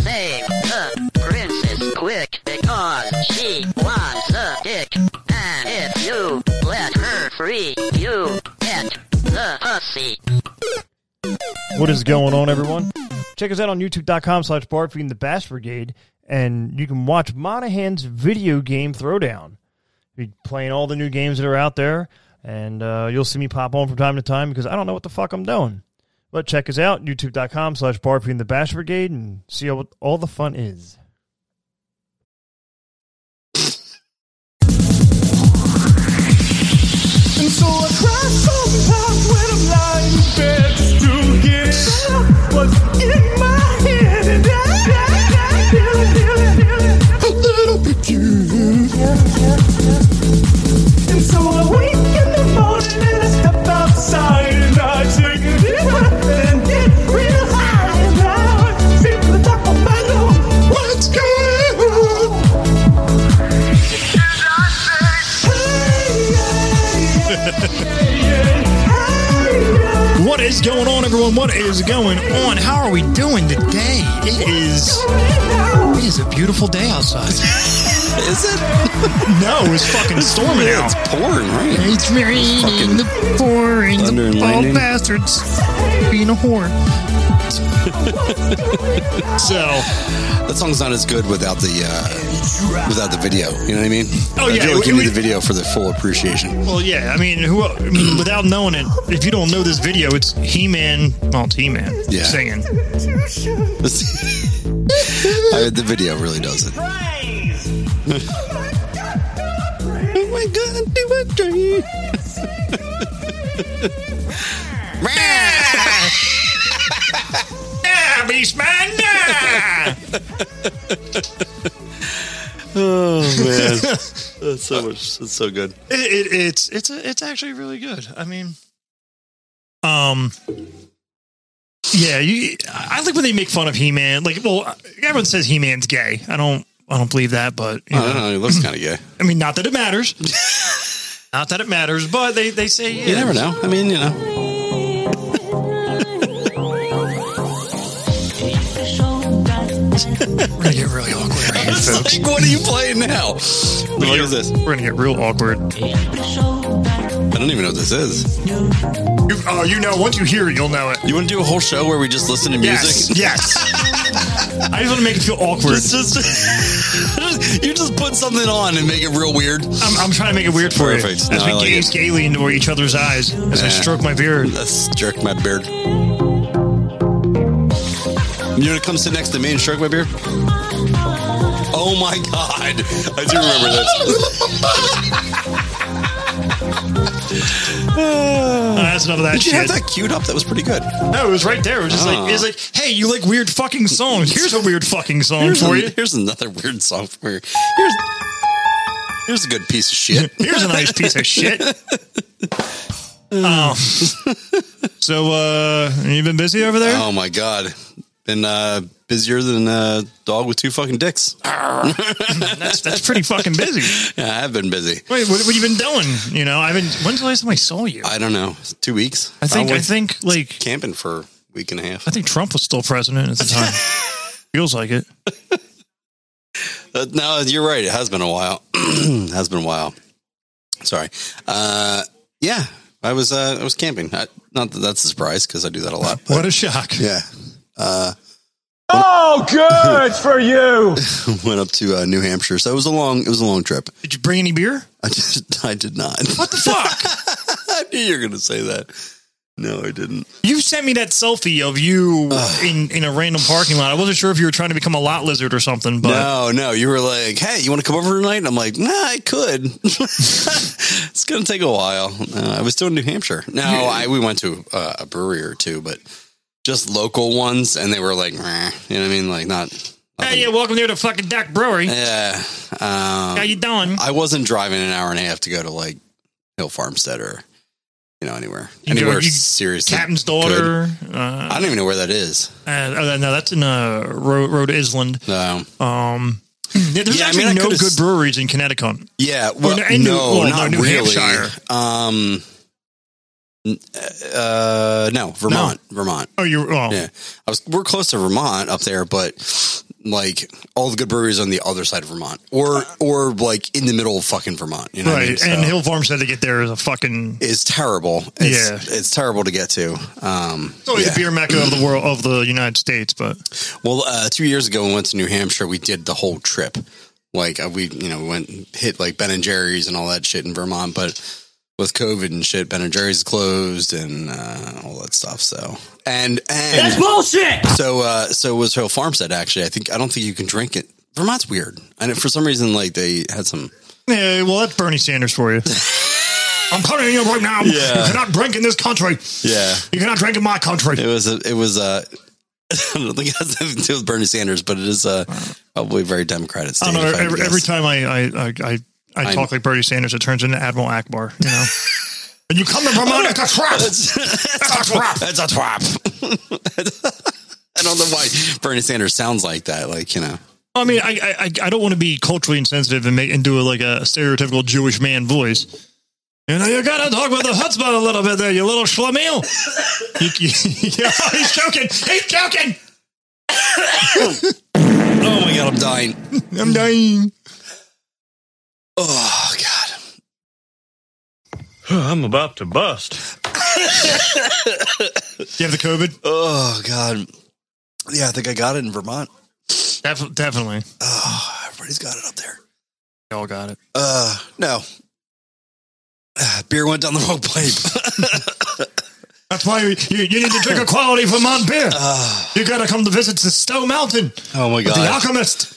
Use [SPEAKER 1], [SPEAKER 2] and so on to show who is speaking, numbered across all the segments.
[SPEAKER 1] Save the princess quick because she wants a dick. And if you let her free, you get the pussy.
[SPEAKER 2] What is going on, everyone? Check us out on youtube.com slash Bartfeed and the Bass Brigade, and you can watch Monahan's video game throwdown. Be playing all the new games that are out there, and uh, you'll see me pop on from time to time because I don't know what the fuck I'm doing. But check us out, youtube.com slash Bartfeed and the Bass Brigade, and see what all the fun is.
[SPEAKER 3] And so I cry sometimes when I'm lying in bed just to get out what's in my head. And I, I, I feel it, feel it, feel it. A little bit peculiar. And so I wake in the morning and I step outside and I take a deep breath and get real high. And I feel the top of my lungs. What's going on?
[SPEAKER 4] What is going on, everyone? What is going on? How are we doing today? It is. It is a beautiful day outside.
[SPEAKER 5] Is it?
[SPEAKER 4] No, it's fucking storming
[SPEAKER 5] Yeah,
[SPEAKER 4] out.
[SPEAKER 5] it's pouring rain.
[SPEAKER 4] It's raining, the pouring,
[SPEAKER 5] Thunder and lightning.
[SPEAKER 4] bastards being a whore. so,
[SPEAKER 5] That song's not as good without the uh, without the video. You know what I mean?
[SPEAKER 4] Oh,
[SPEAKER 5] I
[SPEAKER 4] yeah,
[SPEAKER 5] feel like
[SPEAKER 4] it-
[SPEAKER 5] you need
[SPEAKER 4] it-
[SPEAKER 5] the video for the full appreciation.
[SPEAKER 4] well, yeah, I mean, who, I mean, without knowing it, if you don't know this video, it's He Man, well, it's He Man
[SPEAKER 5] Yeah.
[SPEAKER 4] singing.
[SPEAKER 5] I mean, the video really does it. Oh my god, do a dream.
[SPEAKER 4] Yeah, Beast Man, yeah!
[SPEAKER 5] That's so much. That's so good.
[SPEAKER 4] it, it, it's it's it's actually really good. I mean, um, yeah, you. I like when they make fun of He Man. Like, well, everyone says He Man's gay. I don't. I don't believe that, but you
[SPEAKER 5] I
[SPEAKER 4] know.
[SPEAKER 5] don't know. He looks kind of gay.
[SPEAKER 4] I mean, not that it matters. not that it matters, but they they say yeah.
[SPEAKER 5] You never know. I mean, you know.
[SPEAKER 4] We're gonna get really awkward. Right here, folks.
[SPEAKER 5] It's like, what are you playing now? What is this?
[SPEAKER 4] We're gonna get real awkward.
[SPEAKER 5] I don't even know what this is.
[SPEAKER 4] You, oh, you know, once you hear it, you'll know it.
[SPEAKER 5] You want to do a whole show where we just listen to
[SPEAKER 4] Yes,
[SPEAKER 5] music?
[SPEAKER 4] yes. I just want to make it feel awkward.
[SPEAKER 5] It's just you just put something on and make it real weird.
[SPEAKER 4] I'm, I'm trying to make it weird for
[SPEAKER 5] Perfect.
[SPEAKER 4] you. As
[SPEAKER 5] No,
[SPEAKER 4] we
[SPEAKER 5] I like
[SPEAKER 4] gaze
[SPEAKER 5] it.
[SPEAKER 4] gaily into each other's eyes, as I
[SPEAKER 5] Yeah.
[SPEAKER 4] stroke my beard.
[SPEAKER 5] Let's jerk my beard. You know what comes to next to me and stroke my beard? Oh my god! I do remember this.
[SPEAKER 4] Uh, that's enough of that
[SPEAKER 5] Did you
[SPEAKER 4] shit.
[SPEAKER 5] have that queued up? That was pretty good.
[SPEAKER 4] No, it was right there. It was just
[SPEAKER 5] Oh.
[SPEAKER 4] like it's like, hey, you like weird fucking songs? Here's a weird fucking song
[SPEAKER 5] Here's,
[SPEAKER 4] for
[SPEAKER 5] an-
[SPEAKER 4] you.
[SPEAKER 5] here's another weird song for you. Here's here's a good piece of shit.
[SPEAKER 4] Here's a nice piece of shit. Oh. so uh you been busy over there?
[SPEAKER 5] Oh my god! Been uh, busier than a dog with two fucking dicks.
[SPEAKER 4] Ah. That's that's pretty fucking busy.
[SPEAKER 5] Yeah, I have been busy.
[SPEAKER 4] Wait, what, what you been doing? You know, I've been when's the last time I saw you?
[SPEAKER 5] I don't know. Two weeks.
[SPEAKER 4] I think I
[SPEAKER 5] went
[SPEAKER 4] think like
[SPEAKER 5] camping for a week and a half.
[SPEAKER 4] I think Trump was still president at the time. Feels like it.
[SPEAKER 5] Uh, no, you're right. It has been a while. has been a while. Sorry. Uh, yeah, I was uh, I was camping. I, not that that's a surprise because I do that a lot.
[SPEAKER 4] What a shock.
[SPEAKER 5] Yeah. Uh,
[SPEAKER 3] Oh, good for you.
[SPEAKER 5] went up to uh, New Hampshire, so it was a long it was a long trip.
[SPEAKER 4] Did you bring any beer?
[SPEAKER 5] I just I did not.
[SPEAKER 4] What the fuck?
[SPEAKER 5] I knew you were gonna say that. No, I didn't.
[SPEAKER 4] You sent me that selfie of you in, in a random parking lot. I wasn't sure if you were trying to become a lot lizard or something, but
[SPEAKER 5] no, no, you were like, "Hey, you want to come over tonight?" And I'm like, "Nah, I could. it's gonna take a while." Uh, I was still in New Hampshire. No, I we went to uh, a brewery or two, but just local ones, and they were like, "Meh," "You know what I mean? Like not."
[SPEAKER 4] hey, yeah, welcome here to fucking Duck Brewery.
[SPEAKER 5] Yeah.
[SPEAKER 4] How
[SPEAKER 5] Um,
[SPEAKER 4] you doing?
[SPEAKER 5] I wasn't driving an hour and a half to go to like Hill Farmstead or you know anywhere
[SPEAKER 4] You go-
[SPEAKER 5] anywhere
[SPEAKER 4] you-
[SPEAKER 5] seriously.
[SPEAKER 4] Captain's
[SPEAKER 5] good.
[SPEAKER 4] daughter.
[SPEAKER 5] I
[SPEAKER 4] Uh,
[SPEAKER 5] don't even know where that is.
[SPEAKER 4] uh, oh, no, that's in uh, Rhode, Rhode Island.
[SPEAKER 5] Um,
[SPEAKER 4] Um, yeah, there's
[SPEAKER 5] Yeah, I
[SPEAKER 4] actually
[SPEAKER 5] mean, I
[SPEAKER 4] no
[SPEAKER 5] could've
[SPEAKER 4] good
[SPEAKER 5] s-
[SPEAKER 4] breweries in Connecticut.
[SPEAKER 5] Yeah,
[SPEAKER 4] no,
[SPEAKER 5] well, no,
[SPEAKER 4] and New- well, no,
[SPEAKER 5] not
[SPEAKER 4] New
[SPEAKER 5] really.
[SPEAKER 4] Hampshire.
[SPEAKER 5] Um, n- uh, no, Vermont, Vermont.
[SPEAKER 4] Oh, you're oh,
[SPEAKER 5] Yeah, I was. We're close to Vermont up there, but like all the good breweries on the other side of Vermont, or or like in the middle of fucking Vermont. You know what I
[SPEAKER 4] right.
[SPEAKER 5] mean?
[SPEAKER 4] And
[SPEAKER 5] So-
[SPEAKER 4] Hill Farms had to get there as a fucking.
[SPEAKER 5] is terrible. It's,
[SPEAKER 4] Yeah.
[SPEAKER 5] it's terrible to get to. Um,
[SPEAKER 4] It's always
[SPEAKER 5] yeah.
[SPEAKER 4] the beer mecca of the world of the United States, but
[SPEAKER 5] Well, uh, two years ago, when we went to New Hampshire. We did the whole trip. Like uh, we, you know, we went and hit like Ben and Jerry's and all that shit in Vermont, but with COVID and shit, Ben and Jerry's closed and uh, all that stuff. So and and that's bullshit. So uh, so was Hill Farmstead actually? I think I don't think you can drink it. Vermont's weird, and for some reason, like they had some.
[SPEAKER 4] yeah. Well, that's Bernie Sanders for you. I'm coming in here right now.
[SPEAKER 5] Yeah.
[SPEAKER 4] You cannot drink in this country.
[SPEAKER 5] Yeah,
[SPEAKER 4] You cannot drink in my country.
[SPEAKER 5] It was a, it was a. I don't think it has anything to do with Bernie Sanders, but it is a probably very Democratic state.
[SPEAKER 4] I don't
[SPEAKER 5] if
[SPEAKER 4] know.
[SPEAKER 5] had to
[SPEAKER 4] Every,
[SPEAKER 5] guess.
[SPEAKER 4] every time I I I, I, I
[SPEAKER 5] I'm-
[SPEAKER 4] talk like Bernie Sanders, it turns into Admiral Akbar. You know. and you come to
[SPEAKER 5] Oh,
[SPEAKER 4] Vermont, it's a trap.
[SPEAKER 5] It's, it's a trap. It's a trap. I don't know why Bernie Sanders sounds like that. Like you know,
[SPEAKER 4] I mean, I I, I- I don't want to be culturally insensitive and make and do a, like a stereotypical Jewish man voice. You know, you gotta talk with the chutzpah a little bit there, you little schlemiel. You, you- yeah, he's joking. He's joking.
[SPEAKER 5] oh my god, I'm dying.
[SPEAKER 4] I'm dying.
[SPEAKER 5] Oh god,
[SPEAKER 6] I'm about to bust.
[SPEAKER 4] You have the COVID?
[SPEAKER 5] oh god. Yeah, I think I got it in Vermont.
[SPEAKER 4] Def- definitely.
[SPEAKER 5] Oh, everybody's got it up there.
[SPEAKER 4] You all got it.
[SPEAKER 5] Uh, no. Ah, Beer went down the wrong pipe.
[SPEAKER 4] That's why you, you, you need to drink a quality Vermont beer.
[SPEAKER 5] Ah.
[SPEAKER 4] you gotta come to visit to Stowe Mountain,
[SPEAKER 5] oh my
[SPEAKER 4] with the
[SPEAKER 5] god.
[SPEAKER 4] alchemist.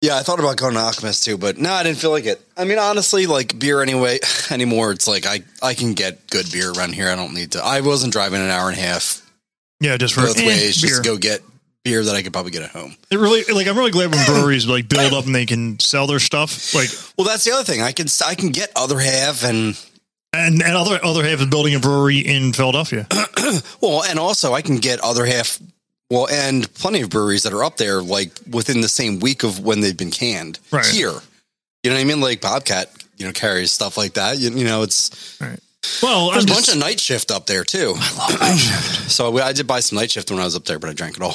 [SPEAKER 5] Yeah, I thought about going to Alchemist too, but no, I didn't feel like it. I mean, honestly, like beer anyway anymore. It's like I I can get good beer around here. I don't need to. I wasn't driving an hour and a half
[SPEAKER 4] Yeah, just for
[SPEAKER 5] both
[SPEAKER 4] eh,
[SPEAKER 5] ways
[SPEAKER 4] beer.
[SPEAKER 5] just to go get beer that I could probably get at home.
[SPEAKER 4] It really like I'm really glad when breweries like build up and they can sell their stuff. Like
[SPEAKER 5] Well, that's the other thing. I can I can get other half and
[SPEAKER 4] and, and other other half is building a brewery in Philadelphia.
[SPEAKER 5] well, and also I can get other half. Well, and plenty of breweries that are up there like within the same week of when they've been canned
[SPEAKER 4] Right.
[SPEAKER 5] here. You know what I mean? Like Bobcat, you know, carries stuff like that. You, you know, it's
[SPEAKER 4] Well, I'm
[SPEAKER 5] there's a
[SPEAKER 4] just,
[SPEAKER 5] bunch of night shift up there too. I love night shift. so we, I did buy some night shift when I was up there, but I drank it all.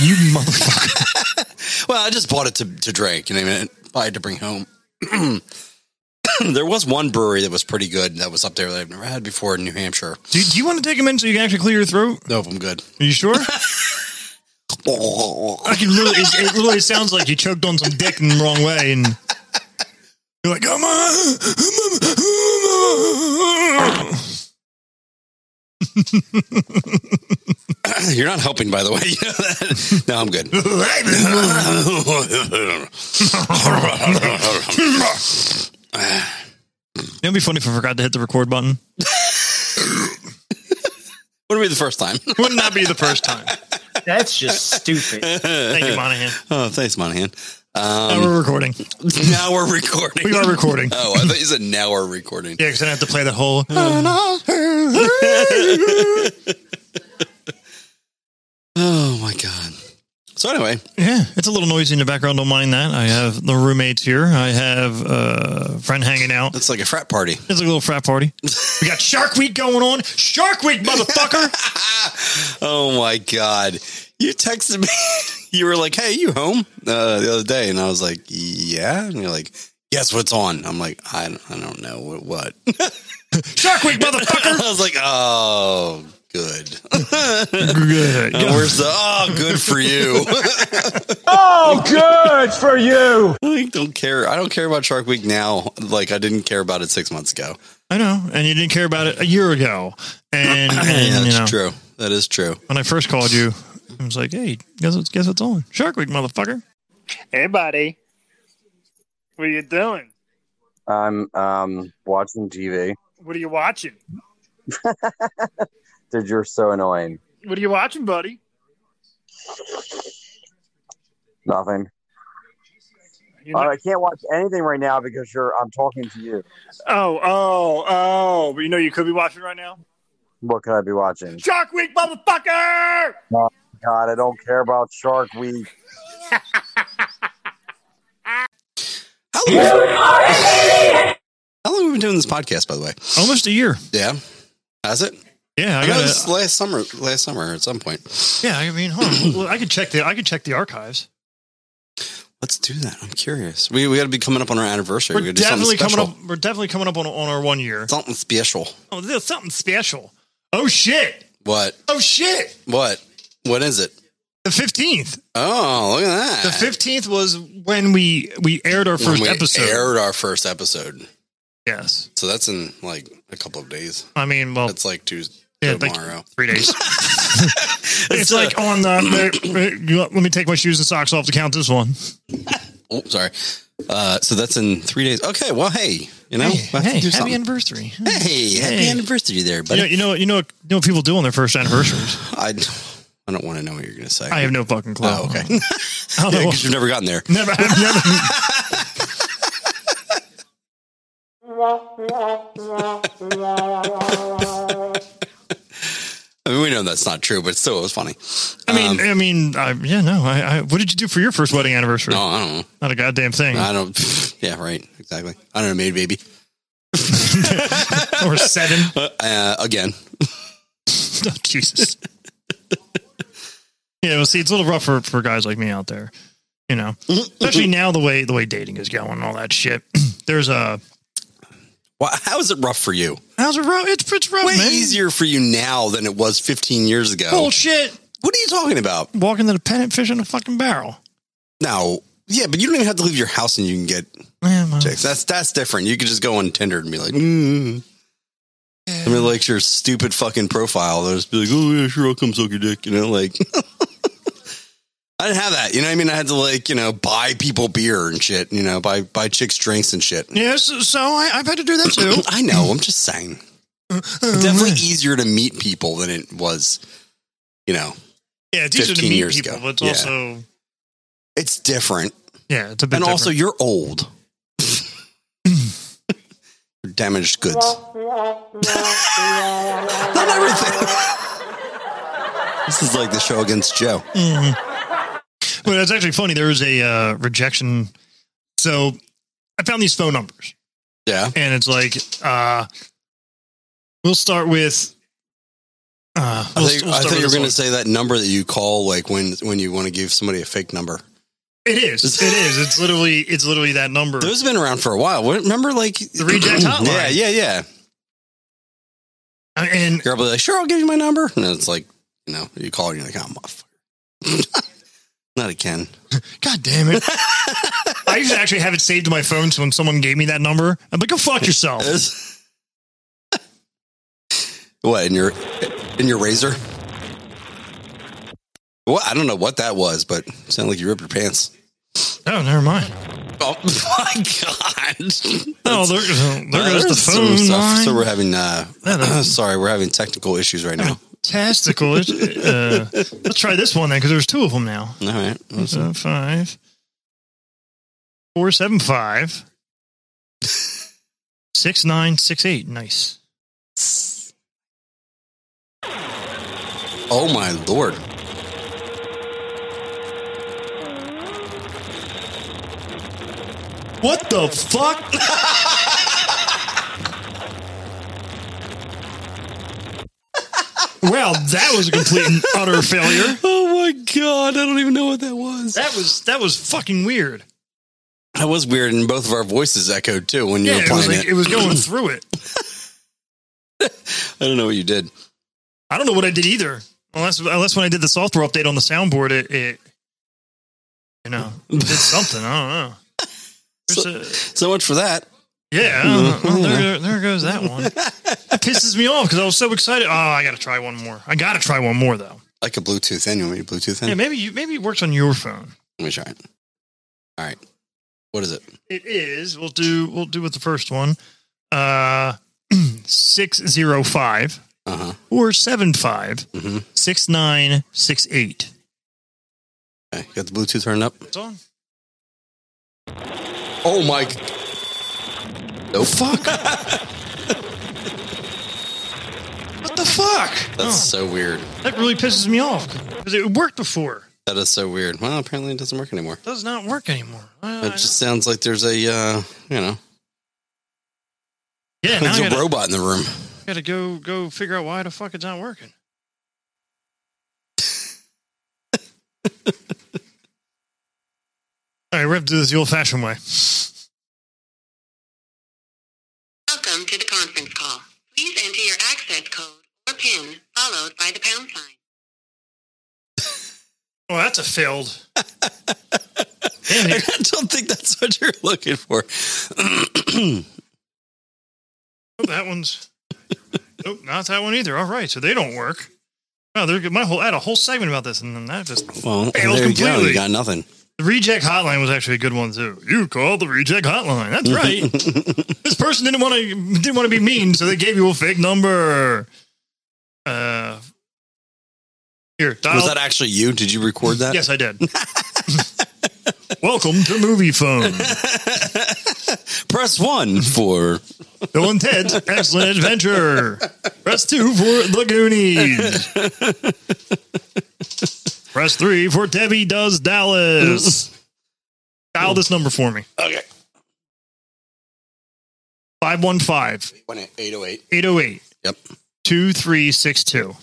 [SPEAKER 4] you motherfucker.
[SPEAKER 5] Well, I just bought it to, to drink, you know, and buy it to bring home. there was one brewery that was pretty good that was up there that I've never had before in New Hampshire.
[SPEAKER 4] Do, do you want to take a minute so you can actually clear your throat?
[SPEAKER 5] Nope, I'm good.
[SPEAKER 4] Are you sure? I can literally. It, it literally sounds like you choked on some dick in the wrong way, and you're like, "Come on."
[SPEAKER 5] You're not helping, by the way. You know that? no, I'm good.
[SPEAKER 4] It'd be funny if I forgot to hit the record button.
[SPEAKER 5] Wouldn't be the first time.
[SPEAKER 4] Wouldn't that be the first time?
[SPEAKER 7] That's just stupid.
[SPEAKER 4] Thank you, Monahan.
[SPEAKER 5] Oh, thanks, Monahan.
[SPEAKER 4] Now
[SPEAKER 5] Um,
[SPEAKER 4] we're recording.
[SPEAKER 5] now we're recording.
[SPEAKER 4] We are recording.
[SPEAKER 5] Oh, I thought you said now we're recording.
[SPEAKER 4] Yeah, because I have to play the whole.
[SPEAKER 5] Oh my god. So anyway,
[SPEAKER 4] Yeah, it's a little noisy in the background. Don't mind that. I have the roommates here. I have uh, a friend hanging out.
[SPEAKER 5] it's like a frat party.
[SPEAKER 4] It's a little frat party. We got Shark Week going on. Shark Week, motherfucker.
[SPEAKER 5] Oh my god! You texted me. You were like, "Hey, you home?" Uh, the other day, and I was like, "Yeah." And you're like, "Guess what's on?" I'm like, "I don't, I don't know what." what.
[SPEAKER 4] Shark Week, motherfucker.
[SPEAKER 5] I was like, "Oh, good.
[SPEAKER 4] Good.
[SPEAKER 5] Where's the oh, good for you?"
[SPEAKER 3] Oh, good for you.
[SPEAKER 5] like, don't care. I don't care about Shark Week now. Like, I didn't care about it six months ago.
[SPEAKER 4] I know, and you didn't care about it a year ago. And, and,
[SPEAKER 5] yeah,
[SPEAKER 4] you
[SPEAKER 5] that's
[SPEAKER 4] know,
[SPEAKER 5] true. That is true.
[SPEAKER 4] when I first called you, I was like, "Hey, guess what's guess what's on Shark Week, motherfucker."
[SPEAKER 8] Hey, buddy. What are you doing?
[SPEAKER 9] I'm um watching TV.
[SPEAKER 8] What are you watching?
[SPEAKER 9] Dude, you're so annoying.
[SPEAKER 8] What are you watching, buddy?
[SPEAKER 9] Nothing.
[SPEAKER 8] You're
[SPEAKER 9] All
[SPEAKER 8] not-
[SPEAKER 9] right, I can't watch anything right now because you're. I'm talking to you.
[SPEAKER 8] Oh, oh, oh. But you know you could be watching right now?
[SPEAKER 9] What could I be watching?
[SPEAKER 8] Shark Week, motherfucker!
[SPEAKER 9] God, I don't care about Shark Week.
[SPEAKER 5] How long? How long have we been doing this podcast, by the way?
[SPEAKER 4] Almost a year.
[SPEAKER 5] Yeah, has it?
[SPEAKER 4] Yeah, I
[SPEAKER 5] I know
[SPEAKER 4] got.
[SPEAKER 5] this last summer. Last summer, at some point.
[SPEAKER 4] Yeah, I mean, hold on. Well, I could check the I could check the archives.
[SPEAKER 5] Let's do that. I'm curious. We we got to be coming up on our anniversary.
[SPEAKER 4] We're
[SPEAKER 5] gotta do something
[SPEAKER 4] definitely coming
[SPEAKER 5] special.
[SPEAKER 4] up. We're definitely coming up on, on our one year.
[SPEAKER 5] Something special.
[SPEAKER 4] Oh, there's something special. Oh shit!
[SPEAKER 5] What?
[SPEAKER 4] Oh shit!
[SPEAKER 5] What? What is it?
[SPEAKER 4] The fifteenth.
[SPEAKER 5] Oh, look at that.
[SPEAKER 4] The fifteenth was when we we aired our
[SPEAKER 5] When
[SPEAKER 4] first
[SPEAKER 5] we
[SPEAKER 4] episode.
[SPEAKER 5] aired our first episode.
[SPEAKER 4] Yes.
[SPEAKER 5] So that's in like a couple of days.
[SPEAKER 4] I mean, well,
[SPEAKER 5] That's like Tuesday,
[SPEAKER 4] Oh. yeah, like
[SPEAKER 5] tomorrow.
[SPEAKER 4] three days. it's like on the. you want- Let me take my shoes and socks off to count this one.
[SPEAKER 5] oh, sorry. Uh, so that's in three days. Okay. Well, hey, you know, we'll have to do something.
[SPEAKER 4] anniversary!
[SPEAKER 5] hey, happy
[SPEAKER 4] Hey.
[SPEAKER 5] anniversary there,
[SPEAKER 4] You
[SPEAKER 5] buddy.
[SPEAKER 4] know, you know, you know, what, you know what people do on their first anniversaries.
[SPEAKER 5] I, I don't want to know what you're going to say.
[SPEAKER 4] I have no fucking clue.
[SPEAKER 5] Oh, okay.
[SPEAKER 4] I don't know.
[SPEAKER 5] because you've never gotten there.
[SPEAKER 4] Never, I've never.
[SPEAKER 5] I mean, we know that's not true, but still, it was funny.
[SPEAKER 4] I
[SPEAKER 5] Um,
[SPEAKER 4] mean, I mean, I, yeah, no. I, I, what did you do for your first wedding anniversary?
[SPEAKER 5] No, I don't know.
[SPEAKER 4] Not a goddamn thing.
[SPEAKER 5] I don't. Yeah, right. Exactly. I don't know. Made baby
[SPEAKER 4] or seven.
[SPEAKER 5] uh, again.
[SPEAKER 4] Oh, Jesus. yeah, well, see, it's a little rough for, for guys like me out there, you know. Especially now, the way the way dating is going, and all that shit. There's a
[SPEAKER 5] Why, how is it rough for you?
[SPEAKER 4] how's it rough? It's it's rough,
[SPEAKER 5] Way
[SPEAKER 4] man.
[SPEAKER 5] easier for you now than it was 15 years ago.
[SPEAKER 4] Bullshit.
[SPEAKER 5] What are you talking about?
[SPEAKER 4] Walking to the pennant, fish in a fucking barrel.
[SPEAKER 5] No. Yeah, but you don't even have to leave your house and you can get
[SPEAKER 4] Yeah, well,
[SPEAKER 5] chicks. That's that's different. You could just go on Tinder and be like, mm. I mean, like your stupid fucking profile. They'll just be like, oh, yeah, sure, I'll come suck your dick. You know, like, I didn't have that. You know what I mean? I had to, like, you know, buy people beer and shit, you know, buy, buy chicks drinks and shit.
[SPEAKER 4] yeah. So, so I, I've had to do that too.
[SPEAKER 5] I know. I'm just saying. Definitely easier to meet people than it was, you know,
[SPEAKER 4] yeah, it's easier to
[SPEAKER 5] 15
[SPEAKER 4] meet
[SPEAKER 5] years
[SPEAKER 4] people,
[SPEAKER 5] ago.
[SPEAKER 4] but it's
[SPEAKER 5] Yeah.
[SPEAKER 4] also
[SPEAKER 5] it's different.
[SPEAKER 4] yeah, it's a bit.
[SPEAKER 5] and also,
[SPEAKER 4] different.
[SPEAKER 5] you're old. Damaged goods. Not everything. this is like the show against Joe.
[SPEAKER 4] Well, that's actually funny. There was a uh, rejection. So I found these phone numbers.
[SPEAKER 5] Yeah.
[SPEAKER 4] and it's like uh we'll start with uh
[SPEAKER 5] I
[SPEAKER 4] we'll,
[SPEAKER 5] think,
[SPEAKER 4] we'll
[SPEAKER 5] I
[SPEAKER 4] start
[SPEAKER 5] thought you were
[SPEAKER 4] with
[SPEAKER 5] going to
[SPEAKER 4] this
[SPEAKER 5] say that number that you call, like when when you want to give somebody a fake number.
[SPEAKER 4] one. it is it is it's literally it's literally that number
[SPEAKER 5] Those have been around for a while. What- Remember, like the
[SPEAKER 4] reject hotline.
[SPEAKER 5] Yeah, yeah, yeah.
[SPEAKER 4] I- and
[SPEAKER 5] You're probably like, sure, I'll give you my number, and it's like, you know, you call and you're like, oh, motherfucker. Not again.
[SPEAKER 4] god damn it I used to actually have it saved to my phone so when someone gave me that number I'm like go fuck yourself
[SPEAKER 5] Is- what in your in your razor? Well, I don't know what that was, but it sounded like you ripped your pants.
[SPEAKER 4] oh never mind
[SPEAKER 5] Oh my god!
[SPEAKER 4] oh there, there
[SPEAKER 5] Uh,
[SPEAKER 4] goes the
[SPEAKER 5] there's some
[SPEAKER 4] phone
[SPEAKER 5] stuff.
[SPEAKER 4] line
[SPEAKER 5] So we're having uh,
[SPEAKER 4] That is-
[SPEAKER 5] sorry, we're having technical issues right now.
[SPEAKER 4] fantastical It's- uh, let's try this one then because there's two of them now
[SPEAKER 5] All right, Let's-
[SPEAKER 4] so five four seven five six nine six eight nice
[SPEAKER 5] Oh my lord!
[SPEAKER 4] What the fuck? well, that was a complete and utter failure.
[SPEAKER 5] Oh my god! I don't even know what that was.
[SPEAKER 4] That was that was fucking weird.
[SPEAKER 5] That was weird, and both of our voices echoed too when you
[SPEAKER 4] Yeah,
[SPEAKER 5] were
[SPEAKER 4] it was
[SPEAKER 5] playing
[SPEAKER 4] like
[SPEAKER 5] it.
[SPEAKER 4] it was going through it.
[SPEAKER 5] I don't know what you did.
[SPEAKER 4] I don't know what I did either. Unless unless when I did the software update on the soundboard, it, it you know it did something. I don't know. There's a-
[SPEAKER 5] So much for that.
[SPEAKER 4] yeah, I don't know. Well, there, there goes that one. That pisses me off because I was so excited. Oh, I got to try one more. I got to try one more though.
[SPEAKER 5] Like a Bluetooth in. You want me to Bluetooth in?
[SPEAKER 4] Yeah, maybe you maybe it works on your phone.
[SPEAKER 5] Let me try it. All right. What is it?
[SPEAKER 4] It is. We'll do we'll do with the first one. Uh six zero five
[SPEAKER 5] Uh huh.
[SPEAKER 4] or seven five
[SPEAKER 5] Mm-hmm.
[SPEAKER 4] six nine six eight.
[SPEAKER 5] Okay. Got the Bluetooth turned up.
[SPEAKER 4] It's on.
[SPEAKER 5] Oh my. g- Nope. Fuck.
[SPEAKER 4] What the fuck?
[SPEAKER 5] That's so weird.
[SPEAKER 4] Oh, that really pisses me off because it worked before.
[SPEAKER 5] That is so weird. Well, apparently it doesn't work anymore.
[SPEAKER 4] It does not work anymore. Uh,
[SPEAKER 5] It just sounds like there's a uh, you know
[SPEAKER 4] yeah, now
[SPEAKER 5] there's
[SPEAKER 4] I
[SPEAKER 5] a
[SPEAKER 4] gotta,
[SPEAKER 5] robot in the room.
[SPEAKER 4] gotta go go figure out why the fuck it's not working. All right, we have to do this the old-fashioned way.
[SPEAKER 6] Welcome to the conference call. Please enter your access code or PIN followed by the pound sign.
[SPEAKER 4] Oh, that's a failed. Damn
[SPEAKER 5] I
[SPEAKER 4] it.
[SPEAKER 5] don't think that's what you're looking for.
[SPEAKER 4] Oh, that one's nope, not that one either. All right, so they don't work. Wow, they're good. My whole I had a whole segment about this, and then that just
[SPEAKER 5] well,
[SPEAKER 4] Failed
[SPEAKER 5] there you go.
[SPEAKER 4] completely.
[SPEAKER 5] You got nothing.
[SPEAKER 4] the reject hotline was actually a good one too. You called the reject hotline. That's right. this person didn't want to didn't want to be mean, so they gave you a fake number. Uh, here, dial.
[SPEAKER 5] Was that actually you? Did you record that?
[SPEAKER 4] yes, I did. Welcome to Movie Phone.
[SPEAKER 5] Press one for.
[SPEAKER 4] Bill and Ted's Excellent Adventure. Press two for The Goonies. Press three for Debbie Does Dallas. Dial this number for me
[SPEAKER 5] Okay.
[SPEAKER 4] 515
[SPEAKER 5] 808.
[SPEAKER 4] 808
[SPEAKER 5] Yep.
[SPEAKER 4] 2362.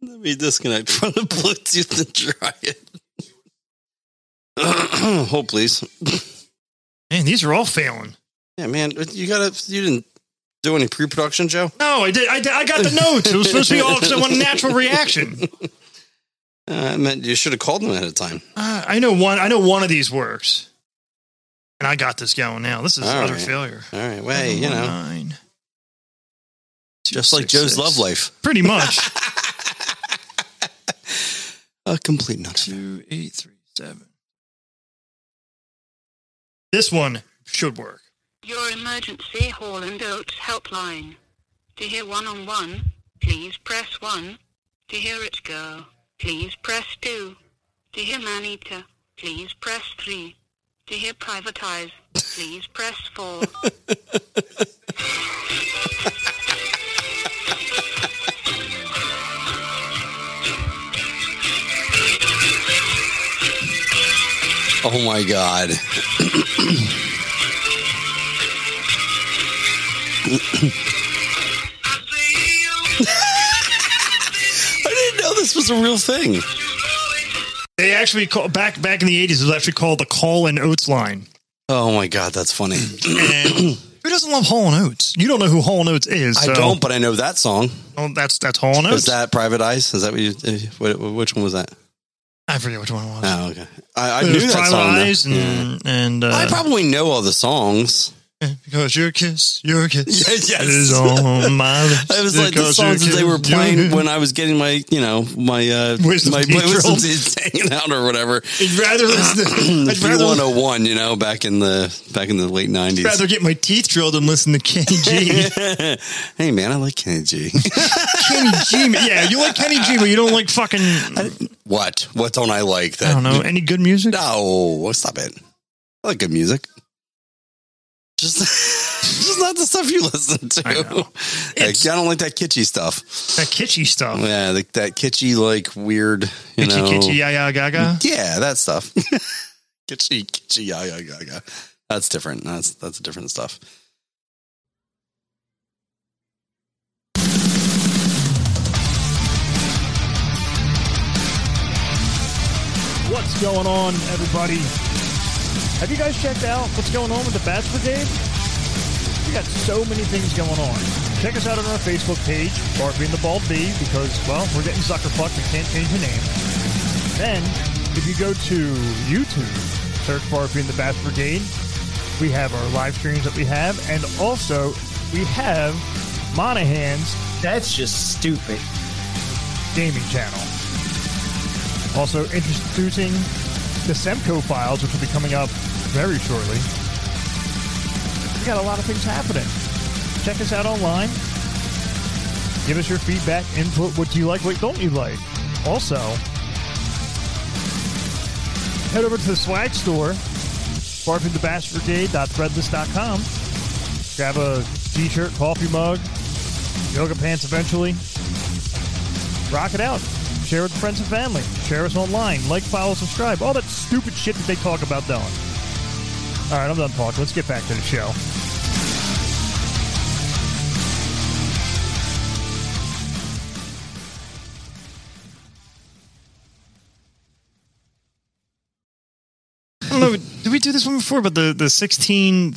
[SPEAKER 5] Let me disconnect from the Bluetooth and try it. Hold, please.
[SPEAKER 4] Man, these are all failing.
[SPEAKER 5] Yeah, man, you gotta. You didn't do any pre-production, Joe.
[SPEAKER 4] No, I did. I, did, I got the notes. It was supposed to be all just one natural reaction.
[SPEAKER 5] Uh, I meant you should have called them ahead of time.
[SPEAKER 4] Uh, I know one. I know one of these works, and I got this going now. This is
[SPEAKER 5] All
[SPEAKER 4] utter
[SPEAKER 5] right.
[SPEAKER 4] failure.
[SPEAKER 5] All right, well, hey, you know,
[SPEAKER 4] Nine.
[SPEAKER 5] just like
[SPEAKER 4] Six,
[SPEAKER 5] Joe's
[SPEAKER 4] six.
[SPEAKER 5] love life,
[SPEAKER 4] Pretty much.
[SPEAKER 5] a complete nut.
[SPEAKER 4] Two, eight, three, seven. This one should work.
[SPEAKER 6] Your emergency Hall and Oates helpline. To hear one-on-one, please press 1. To hear it go, please press 2. To hear Maneater, please press 3. To hear privatize, please press 4.
[SPEAKER 5] Oh my god. I didn't know this was a real thing.
[SPEAKER 4] They actually call, back back in the eighties. It was actually called the Call and Oates line.
[SPEAKER 5] Oh my god, that's funny.
[SPEAKER 4] And who doesn't love Hall and Oates? You don't know who Hall and Oates is.
[SPEAKER 5] I
[SPEAKER 4] so-
[SPEAKER 5] don't, but I know that song.
[SPEAKER 4] Oh, that's that's Hall and
[SPEAKER 5] Was
[SPEAKER 4] Oates.
[SPEAKER 5] that Private Eyes? Is that what you? uh, What, which one was that?
[SPEAKER 4] I forget which one it was.
[SPEAKER 5] Oh, okay. I, I
[SPEAKER 4] It
[SPEAKER 5] knew
[SPEAKER 4] was
[SPEAKER 5] that
[SPEAKER 4] Private
[SPEAKER 5] song. though.
[SPEAKER 4] Eyes and,
[SPEAKER 5] Yeah.
[SPEAKER 4] and uh,
[SPEAKER 5] I probably know all the songs.
[SPEAKER 4] because your kiss, your kiss
[SPEAKER 5] Yeah, yes.
[SPEAKER 4] is on my lips.
[SPEAKER 5] It was like the
[SPEAKER 4] Because your
[SPEAKER 5] songs that they
[SPEAKER 4] kiss-
[SPEAKER 5] were playing
[SPEAKER 4] your-
[SPEAKER 5] when I was getting my, you know, my uh,
[SPEAKER 4] Wisdom
[SPEAKER 5] my
[SPEAKER 4] teeth
[SPEAKER 5] my wisdom
[SPEAKER 4] drilled.
[SPEAKER 5] teeth hanging out or whatever.
[SPEAKER 4] I'd rather listen. To, I'd
[SPEAKER 5] P one
[SPEAKER 4] rather,
[SPEAKER 5] hundred one, you know, back in the back in the late nineties.
[SPEAKER 4] rather get my teeth drilled than listen to Kenny G.
[SPEAKER 5] hey man, I like Kenny G.
[SPEAKER 4] Kenny G. Yeah, you like Kenny G, but you don't like fucking. I
[SPEAKER 5] what? What don't I like? That
[SPEAKER 4] don't know any good music.
[SPEAKER 5] No, stop it. I like good music. Just, just not the stuff you listen to.
[SPEAKER 4] I know.
[SPEAKER 5] Like,
[SPEAKER 4] It's-
[SPEAKER 5] I don't like that kitschy stuff.
[SPEAKER 4] That kitschy stuff.
[SPEAKER 5] Yeah, like that kitschy, like weird, you
[SPEAKER 4] kitschy,
[SPEAKER 5] know.
[SPEAKER 4] kitschy, yeah, yeah, gaga.
[SPEAKER 5] Yeah, that stuff. kitschy, kitschy, yeah, yeah, yeah, yeah. That's different. That's that's different stuff.
[SPEAKER 2] What's going on, everybody? Have you guys checked out what's going on with the Bats Brigade? We got so many things going on. Check us out on our Facebook page, Barfy and the Bald Bee, because, well, we're getting sucker fucked. We can't change the name. Then, if you go to YouTube, search Barfy and the Bats Brigade, we have our live streams that we have, and also we have Monahan's
[SPEAKER 7] That's just stupid.
[SPEAKER 2] gaming channel. Also introducing the Semco files, which will be coming up very shortly. We got a lot of things happening. Check us out online. Give us your feedback, input. What do you like? What don't you like? Also, head over to the swag store, barfingthebastardbrigade.threadless.com. Grab a t-shirt, coffee mug, yoga pants eventually rock it out. Share with friends and family. Share us online. Like, follow, subscribe. All that stupid shit that they talk about doing. All right, I'm done talking. Let's get back to the show.
[SPEAKER 4] don't know. Did we do this one before? But the the 16,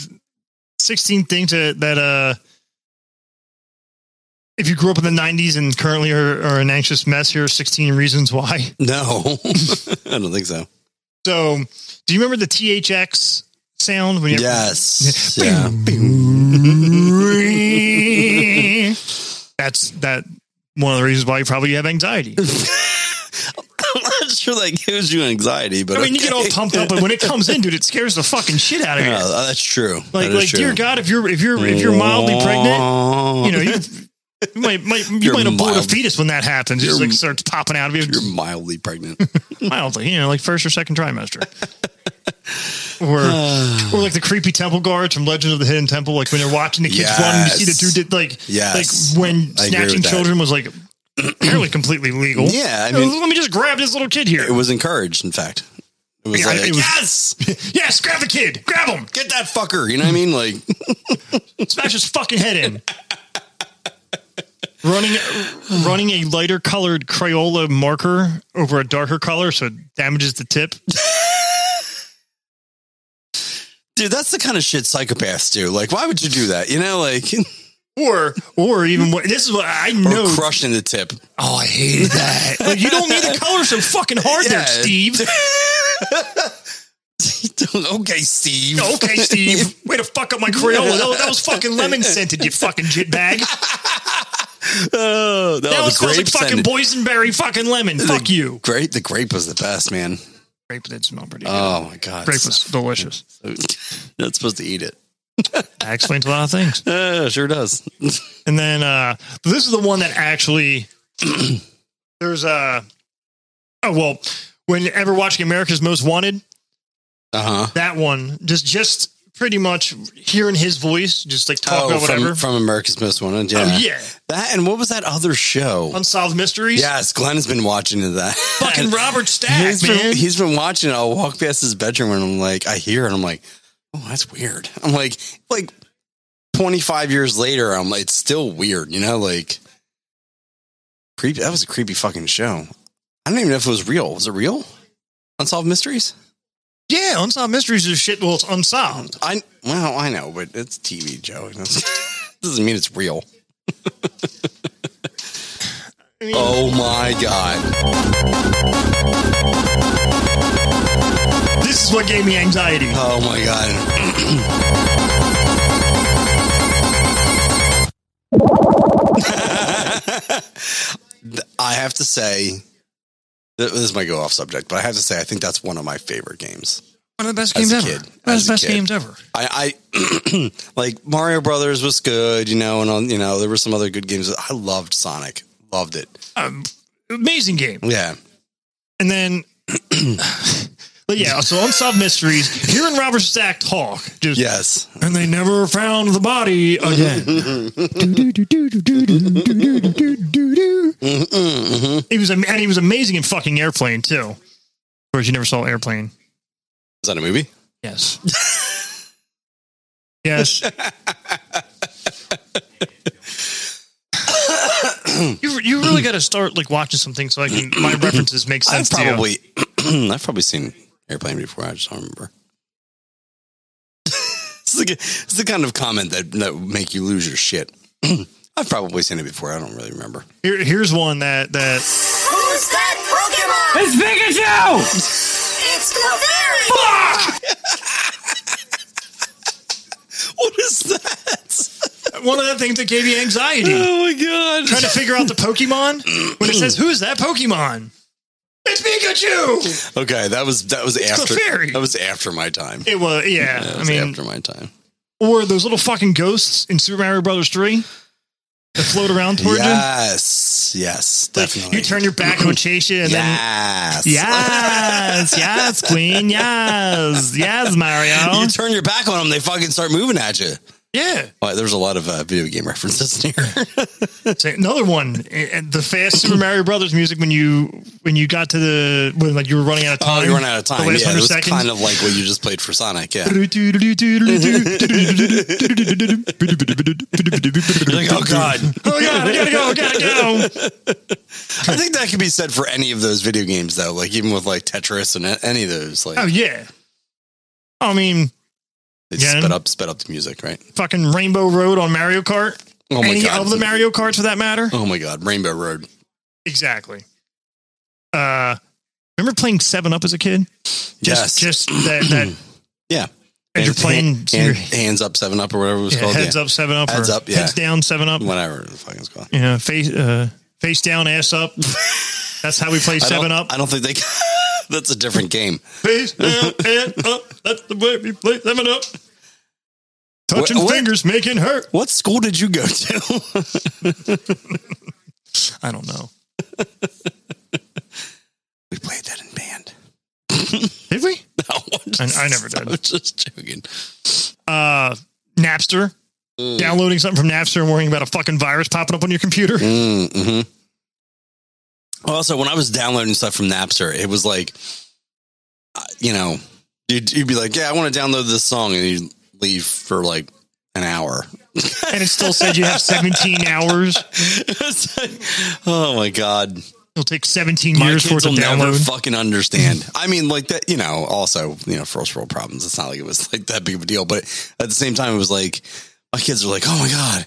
[SPEAKER 4] 16 things that, that uh, if you grew up in the nineties and currently are, are an anxious mess, here are sixteen reasons why.
[SPEAKER 5] No, I don't think so.
[SPEAKER 4] So, do you remember the THX sound when you?
[SPEAKER 5] Yes. yeah.
[SPEAKER 4] That's that one of the reasons why you probably have anxiety.
[SPEAKER 5] I'm not sure that gives you anxiety, but
[SPEAKER 4] I mean, you get all
[SPEAKER 5] okay.
[SPEAKER 4] pumped up, but when it comes in, dude, it scares the fucking shit out of you.
[SPEAKER 5] Yeah, that's true.
[SPEAKER 4] Like,
[SPEAKER 5] That is
[SPEAKER 4] like,
[SPEAKER 5] true.
[SPEAKER 4] dear God, if you're if you're if you're mildly pregnant, you know you, you might might you
[SPEAKER 5] You're
[SPEAKER 4] might abort a
[SPEAKER 5] mild.
[SPEAKER 4] fetus when that happens. It just
[SPEAKER 5] You're-
[SPEAKER 4] like starts popping out of you
[SPEAKER 5] you're mildly pregnant.
[SPEAKER 4] mildly, you know, like first or second trimester. or or like the creepy temple guards from Legend of the Hidden Temple, like when they're watching the kids run, you see the dude
[SPEAKER 5] Yes.
[SPEAKER 4] did like
[SPEAKER 5] Yes.
[SPEAKER 4] like when
[SPEAKER 5] I agree
[SPEAKER 4] snatching
[SPEAKER 5] with that.
[SPEAKER 4] children was like apparently completely legal.
[SPEAKER 5] Yeah, I
[SPEAKER 4] Uh,
[SPEAKER 5] mean-
[SPEAKER 4] let me just grab this little kid here.
[SPEAKER 5] It was encouraged, in fact. It was
[SPEAKER 4] Yeah,
[SPEAKER 5] like,
[SPEAKER 4] it was-
[SPEAKER 5] yes,
[SPEAKER 4] yes, grab the kid, grab him,
[SPEAKER 5] get that fucker. You know what I mean? Like,
[SPEAKER 4] smash his fucking head in. running running a lighter colored Crayola marker over a darker color, so it damages the tip.
[SPEAKER 5] dude, that's the kind of shit psychopaths do. Like, why would you do that? You know, like,
[SPEAKER 4] Or or even what this is what I
[SPEAKER 5] or
[SPEAKER 4] know.
[SPEAKER 5] crushing the tip.
[SPEAKER 4] Oh, I hated that. like, you don't need to color so fucking hard there,
[SPEAKER 5] Yeah.
[SPEAKER 4] Steve.
[SPEAKER 5] okay, Steve.
[SPEAKER 4] okay, Steve. Way to fuck up my Crayola. That, that was fucking lemon scented, you fucking jitbag.
[SPEAKER 5] Oh, no,
[SPEAKER 4] Now
[SPEAKER 5] the
[SPEAKER 4] it smells like
[SPEAKER 5] grape
[SPEAKER 4] fucking
[SPEAKER 5] scented-
[SPEAKER 4] boysenberry fucking lemon. Fuck you.
[SPEAKER 5] grape. The grape was the best, man.
[SPEAKER 4] Grape did smell pretty good.
[SPEAKER 5] Oh my god,
[SPEAKER 4] Grape was delicious.
[SPEAKER 5] not supposed to eat it.
[SPEAKER 4] That explains a lot of things.
[SPEAKER 5] Uh, sure does.
[SPEAKER 4] And then uh this is the one that actually there's a oh well when ever watching America's Most Wanted,
[SPEAKER 5] Uh huh.
[SPEAKER 4] that one just just pretty much hearing his voice, just like talk about whatever.
[SPEAKER 5] Oh, from, from America's Most Wanted. Yeah.
[SPEAKER 4] Oh, yeah.
[SPEAKER 5] That and what was that other show?
[SPEAKER 4] Unsolved Mysteries.
[SPEAKER 5] yes, Glenn has been watching that.
[SPEAKER 4] Fucking Robert Stack,
[SPEAKER 5] he's
[SPEAKER 4] man.
[SPEAKER 5] been, he's been watching. it. I'll walk past his bedroom and I'm like, I hear it. I'm like, oh, that's weird. I'm like, like 25 years later, I'm like, it's still weird, you know, like creepy. That was a creepy fucking show. I don't even know if it was real. Was it real? Unsolved Mysteries?
[SPEAKER 4] yeah, Unsolved Mysteries is shit. Well, it's unsolved.
[SPEAKER 5] I well, I know, but it's TV, Joe. That's- doesn't mean it's real. oh my god!
[SPEAKER 4] This is what gave me anxiety.
[SPEAKER 5] Oh my god! I have to say, th- this might go off subject, but I have to say, I think that's one of my favorite games.
[SPEAKER 4] One of the best
[SPEAKER 5] As
[SPEAKER 4] games
[SPEAKER 5] a
[SPEAKER 4] ever.
[SPEAKER 5] kid.
[SPEAKER 4] One of
[SPEAKER 5] As
[SPEAKER 4] the
[SPEAKER 5] a
[SPEAKER 4] best
[SPEAKER 5] kid.
[SPEAKER 4] games ever.
[SPEAKER 5] I, I like Mario Brothers was good, you know, and on, you know there were some other good games. I loved Sonic, loved it.
[SPEAKER 4] Um, amazing game.
[SPEAKER 5] Yeah,
[SPEAKER 4] And then, but yeah, so Unsolved Mysteries, hearing Robert Stack talk, just,
[SPEAKER 5] yes.
[SPEAKER 4] and they never found the body again.
[SPEAKER 5] Mm-mm, mhm.
[SPEAKER 4] he was, am- and he was amazing in fucking Airplane, too. Of course, you never saw Airplane.
[SPEAKER 5] Is that a movie?
[SPEAKER 4] Yes. yes. you you really got to start like watching something so I can my references make sense.
[SPEAKER 5] I've
[SPEAKER 4] to you.
[SPEAKER 5] probably I've probably seen airplane before. I just don't remember. it's, the, it's the kind of comment that that would make you lose your shit. I've probably seen it before. I don't really remember.
[SPEAKER 4] Here, here's one that that
[SPEAKER 3] Who's that Pokemon? It's Pikachu! It's Clefairy!
[SPEAKER 5] What is that?
[SPEAKER 4] one of the things that gave you anxiety
[SPEAKER 5] Oh my
[SPEAKER 4] trying to figure out the Pokemon when it says who is that Pokemon? It's Pikachu.
[SPEAKER 5] god! Okay, that was that was after
[SPEAKER 4] Clefairy.
[SPEAKER 5] that was after my time.
[SPEAKER 4] It was yeah.
[SPEAKER 5] That
[SPEAKER 4] I
[SPEAKER 5] was
[SPEAKER 4] mean,
[SPEAKER 5] after my time.
[SPEAKER 4] or those little fucking ghosts in Super Mario Brothers three that float around toward you.
[SPEAKER 5] Yes, yes,
[SPEAKER 4] Like,
[SPEAKER 5] definitely.
[SPEAKER 4] you turn your back, it'll chase you, and then
[SPEAKER 5] yes,
[SPEAKER 4] Yes, yes, Queen. Yes, yes, Mario.
[SPEAKER 5] You turn your back on them, they fucking start moving at you.
[SPEAKER 4] Yeah.
[SPEAKER 5] Well, there's a lot of uh, video game references in here.
[SPEAKER 4] So another one. eh, eh, The fast Super Mario Brothers music when you when you got to the when like you were running out of
[SPEAKER 5] Oh,
[SPEAKER 4] time.
[SPEAKER 5] you run out of time.
[SPEAKER 4] The last
[SPEAKER 5] yeah, it
[SPEAKER 4] hundred
[SPEAKER 5] was
[SPEAKER 4] seconds.
[SPEAKER 5] kind of like what you just played for Sonic. Yeah. Like, oh god,
[SPEAKER 4] oh god, I gotta go, I gotta go.
[SPEAKER 5] I think that could be said for any of those video games though. Like even with like Tetris and a- any of those. Like
[SPEAKER 4] Oh yeah. I mean,
[SPEAKER 5] They
[SPEAKER 4] Yeah.
[SPEAKER 5] sped up, sped up the music, right?
[SPEAKER 4] fucking Rainbow Road on Mario Kart.
[SPEAKER 5] Oh my
[SPEAKER 4] Any
[SPEAKER 5] god!
[SPEAKER 4] of the Mario Karts for that matter.
[SPEAKER 5] oh my god! Rainbow Road.
[SPEAKER 4] Exactly. Uh, remember playing Seven Up as a kid? Just,
[SPEAKER 5] yes.
[SPEAKER 4] just that. that
[SPEAKER 5] Yeah.
[SPEAKER 4] And you're playing
[SPEAKER 5] hand-
[SPEAKER 4] your-
[SPEAKER 5] hand- hands up, seven up, or whatever it was
[SPEAKER 4] yeah,
[SPEAKER 5] called.
[SPEAKER 4] heads
[SPEAKER 5] yeah.
[SPEAKER 4] up, Seven Up.
[SPEAKER 5] Heads
[SPEAKER 4] or
[SPEAKER 5] up, yeah.
[SPEAKER 4] Heads down, Seven Up.
[SPEAKER 5] Whatever the fuck it's called.
[SPEAKER 4] You know, face uh, face down, ass up. That's how we play
[SPEAKER 5] I don't-
[SPEAKER 4] Seven Up.
[SPEAKER 5] I don't think they. that's a different game.
[SPEAKER 4] Face down, hand up. That's the way we play Seven Up. Touching
[SPEAKER 5] Wha- what?
[SPEAKER 4] fingers, making hurt.
[SPEAKER 5] What school did you go to?
[SPEAKER 4] I don't know.
[SPEAKER 5] we played that in band.
[SPEAKER 4] Did we?
[SPEAKER 5] No, I'm just-
[SPEAKER 4] I never did.
[SPEAKER 5] I'm just joking.
[SPEAKER 4] Uh, Napster.
[SPEAKER 5] Mm.
[SPEAKER 4] Downloading something from Napster and worrying about a fucking virus popping up on your computer.
[SPEAKER 5] Mm, hmm Also, when I was downloading stuff from Napster, it was like, uh, you know, you'd, you'd be like, "Yeah, I want to download this song," and you'd leave for like an hour.
[SPEAKER 4] and it still said you have 17 hours.
[SPEAKER 5] It's like, oh my god,
[SPEAKER 4] It'll take 17
[SPEAKER 5] my
[SPEAKER 4] years for it
[SPEAKER 5] kids
[SPEAKER 4] to
[SPEAKER 5] will never
[SPEAKER 4] download.
[SPEAKER 5] fucking understand. I mean, like that, you know. Also, you know, first world problems. It's not like it was like that big of a deal, but at the same time, it was like my kids were like, "Oh my god."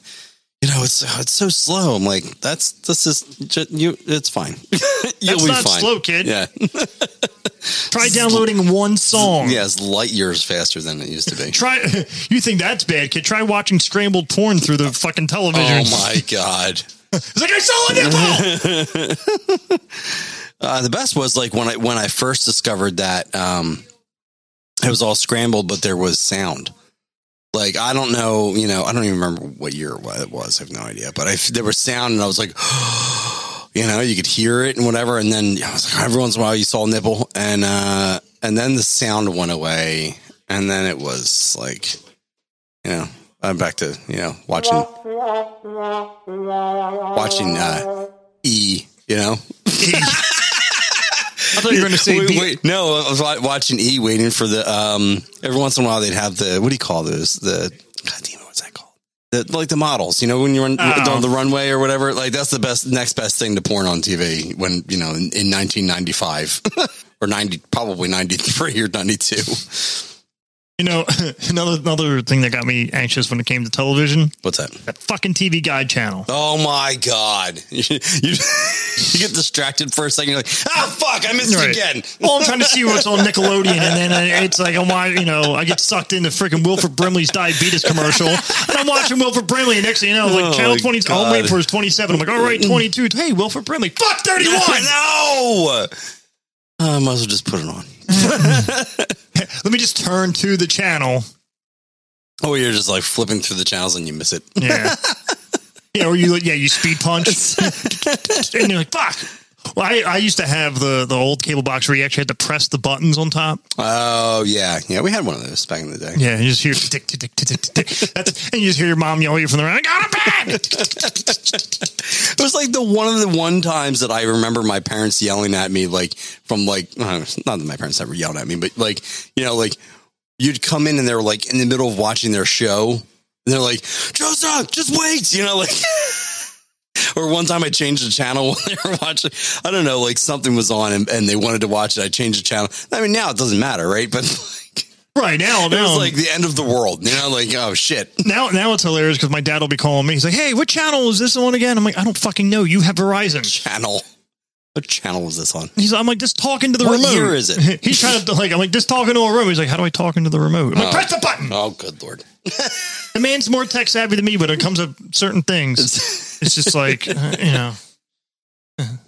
[SPEAKER 5] You know, it's it's so slow. I'm like, that's this is ju- you. It's fine. You'll
[SPEAKER 4] That's
[SPEAKER 5] be
[SPEAKER 4] not
[SPEAKER 5] fine.
[SPEAKER 4] slow, kid.
[SPEAKER 5] Yeah,
[SPEAKER 4] Try downloading one song.
[SPEAKER 5] Yeah, it's light years faster than it used to be.
[SPEAKER 4] Try. You think that's bad, kid? Try watching scrambled porn through the fucking television.
[SPEAKER 5] oh my Mm-hmm. god!
[SPEAKER 4] It's like I saw a nipple.
[SPEAKER 5] Uh, the best was like when I when I first discovered that um, it was all scrambled, but there was sound. Like I don't know, you know, I don't even remember what year it wa- it was. I have no idea, but I, there was sound, and I was like, you know, you could hear it and whatever. And then I was like, every once in a while, you saw a nipple, and uh, and then the sound went away, and then it was like, you know, I'm back to you know watching watching uh, E, you know,
[SPEAKER 4] E. I thought you were going to say
[SPEAKER 5] Wait,
[SPEAKER 4] B-
[SPEAKER 5] wait, no, I was wa- watching E, waiting for the. um Every once in a while, they'd have the what do you call those? The God damn it, what's that called? The, like the models, you know, when you're on,
[SPEAKER 4] Oh.
[SPEAKER 5] on the runway or whatever. Like that's the best, next best thing to porn on TV when you know in, in 1995 or 90, probably 93 or 92.
[SPEAKER 4] You know, another another thing that got me anxious when it came to television.
[SPEAKER 5] What's that?
[SPEAKER 4] That fucking TV Guide channel.
[SPEAKER 5] Oh my god! You, you, you get distracted for a second. You're like, ah, fuck! I missed
[SPEAKER 4] Right.
[SPEAKER 5] it again.
[SPEAKER 4] Well, I'm trying to see what's on Nickelodeon, and then I- it's like, oh my, you know, I get sucked into freaking Wilford Brimley's diabetes commercial, and I'm watching Wilford Brimley, and next thing you know, like
[SPEAKER 5] Oh,
[SPEAKER 4] channel
[SPEAKER 5] my
[SPEAKER 4] 20, I'm
[SPEAKER 5] God. Mm.
[SPEAKER 4] waiting for his 27. I'm like, all right, 22. Hey, Wilford Brimley, fuck 31.
[SPEAKER 5] no. I might as well just put it on.
[SPEAKER 4] Let me just turn to the channel.
[SPEAKER 5] Oh, you're just like flipping through the channels and you miss it.
[SPEAKER 4] Yeah, yeah, or you, yeah, you speed punch, and you're like, fuck. Well, I, I used to have the the old cable box where you actually had to press the buttons on top.
[SPEAKER 5] Oh yeah, yeah. We had one of those back in the day.
[SPEAKER 4] Yeah, you just hear tick tick tick tick tick tick. That's, and you just hear your mom yell at you from the room. I got a bag.
[SPEAKER 5] It was like the one of the one times that I remember my parents yelling at me, like from like uh, not that my parents ever yelled at me, but like you know, like you'd come in and they're like in the middle of watching their show, and they're like, "Joseph, just wait," you know, like. Or one time I changed the channel while they were watching. I don't know, like something was on and, and they wanted to watch it. I changed the channel. I mean, now it doesn't matter, right? But like,
[SPEAKER 4] Right now,
[SPEAKER 5] it
[SPEAKER 4] now,
[SPEAKER 5] was like the end of the world, you know? Like, oh shit.
[SPEAKER 4] now, now it's hilarious because my dad will be calling me. He's like, "Hey, what channel is this on again?" I'm like, "I don't fucking know. You have Verizon."
[SPEAKER 5] channel. What channel was this on?
[SPEAKER 4] He's, I'm like, just talking to the
[SPEAKER 5] What
[SPEAKER 4] remote.
[SPEAKER 5] year is it?
[SPEAKER 4] He's trying to like, I'm like, just talking to a remote. He's like, "How do I talk into the remote?" I'm like,
[SPEAKER 5] Oh.
[SPEAKER 4] "Press the button."
[SPEAKER 5] Oh, good lord!
[SPEAKER 4] The man's more tech savvy than me, but when it comes to certain things, it's just like, uh, you know,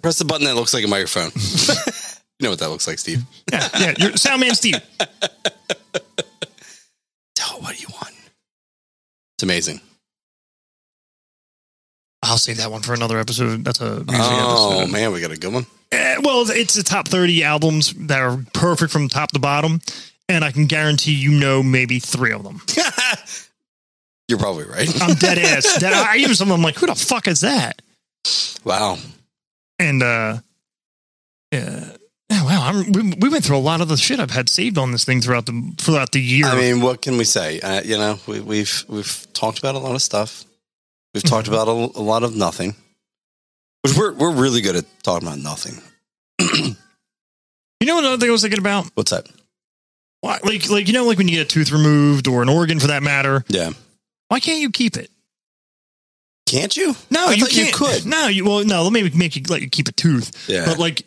[SPEAKER 5] Press the button that looks like a microphone. you know what that looks like, Steve?
[SPEAKER 4] yeah, yeah. You're, sound man Steve.
[SPEAKER 5] Tell what you want. It's amazing.
[SPEAKER 4] I'll save that one for another episode. That's a music
[SPEAKER 5] oh
[SPEAKER 4] episode.
[SPEAKER 5] man, we got a good one.
[SPEAKER 4] Eh, well, it's the top 30 albums that are perfect from top to bottom. And I can guarantee you know maybe three of them.
[SPEAKER 5] You're probably right.
[SPEAKER 4] I'm dead ass. Dead- I even some of them like, who the fuck is that?
[SPEAKER 5] wow.
[SPEAKER 4] And uh, yeah, yeah wow. I'm, we, we went through a lot of the shit I've had saved on this thing throughout the throughout the year.
[SPEAKER 5] I mean, what can we say? Uh, you know, we, we've we've talked about a lot of stuff. We've talked
[SPEAKER 4] Mm-hmm.
[SPEAKER 5] about a, a lot of nothing. Which we're we're really good at talking about nothing.
[SPEAKER 4] you know what another thing I was thinking about?
[SPEAKER 5] What's that?
[SPEAKER 4] Why, like, like you know, like when you get a tooth removed or an organ for that matter,
[SPEAKER 5] Yeah.
[SPEAKER 4] why can't you keep it?
[SPEAKER 5] Can't you?
[SPEAKER 4] No,
[SPEAKER 5] I
[SPEAKER 4] you
[SPEAKER 5] thought you
[SPEAKER 4] can't.
[SPEAKER 5] could.
[SPEAKER 4] No, you well, no. Let me make you let you keep a tooth,
[SPEAKER 5] Yeah.
[SPEAKER 4] but like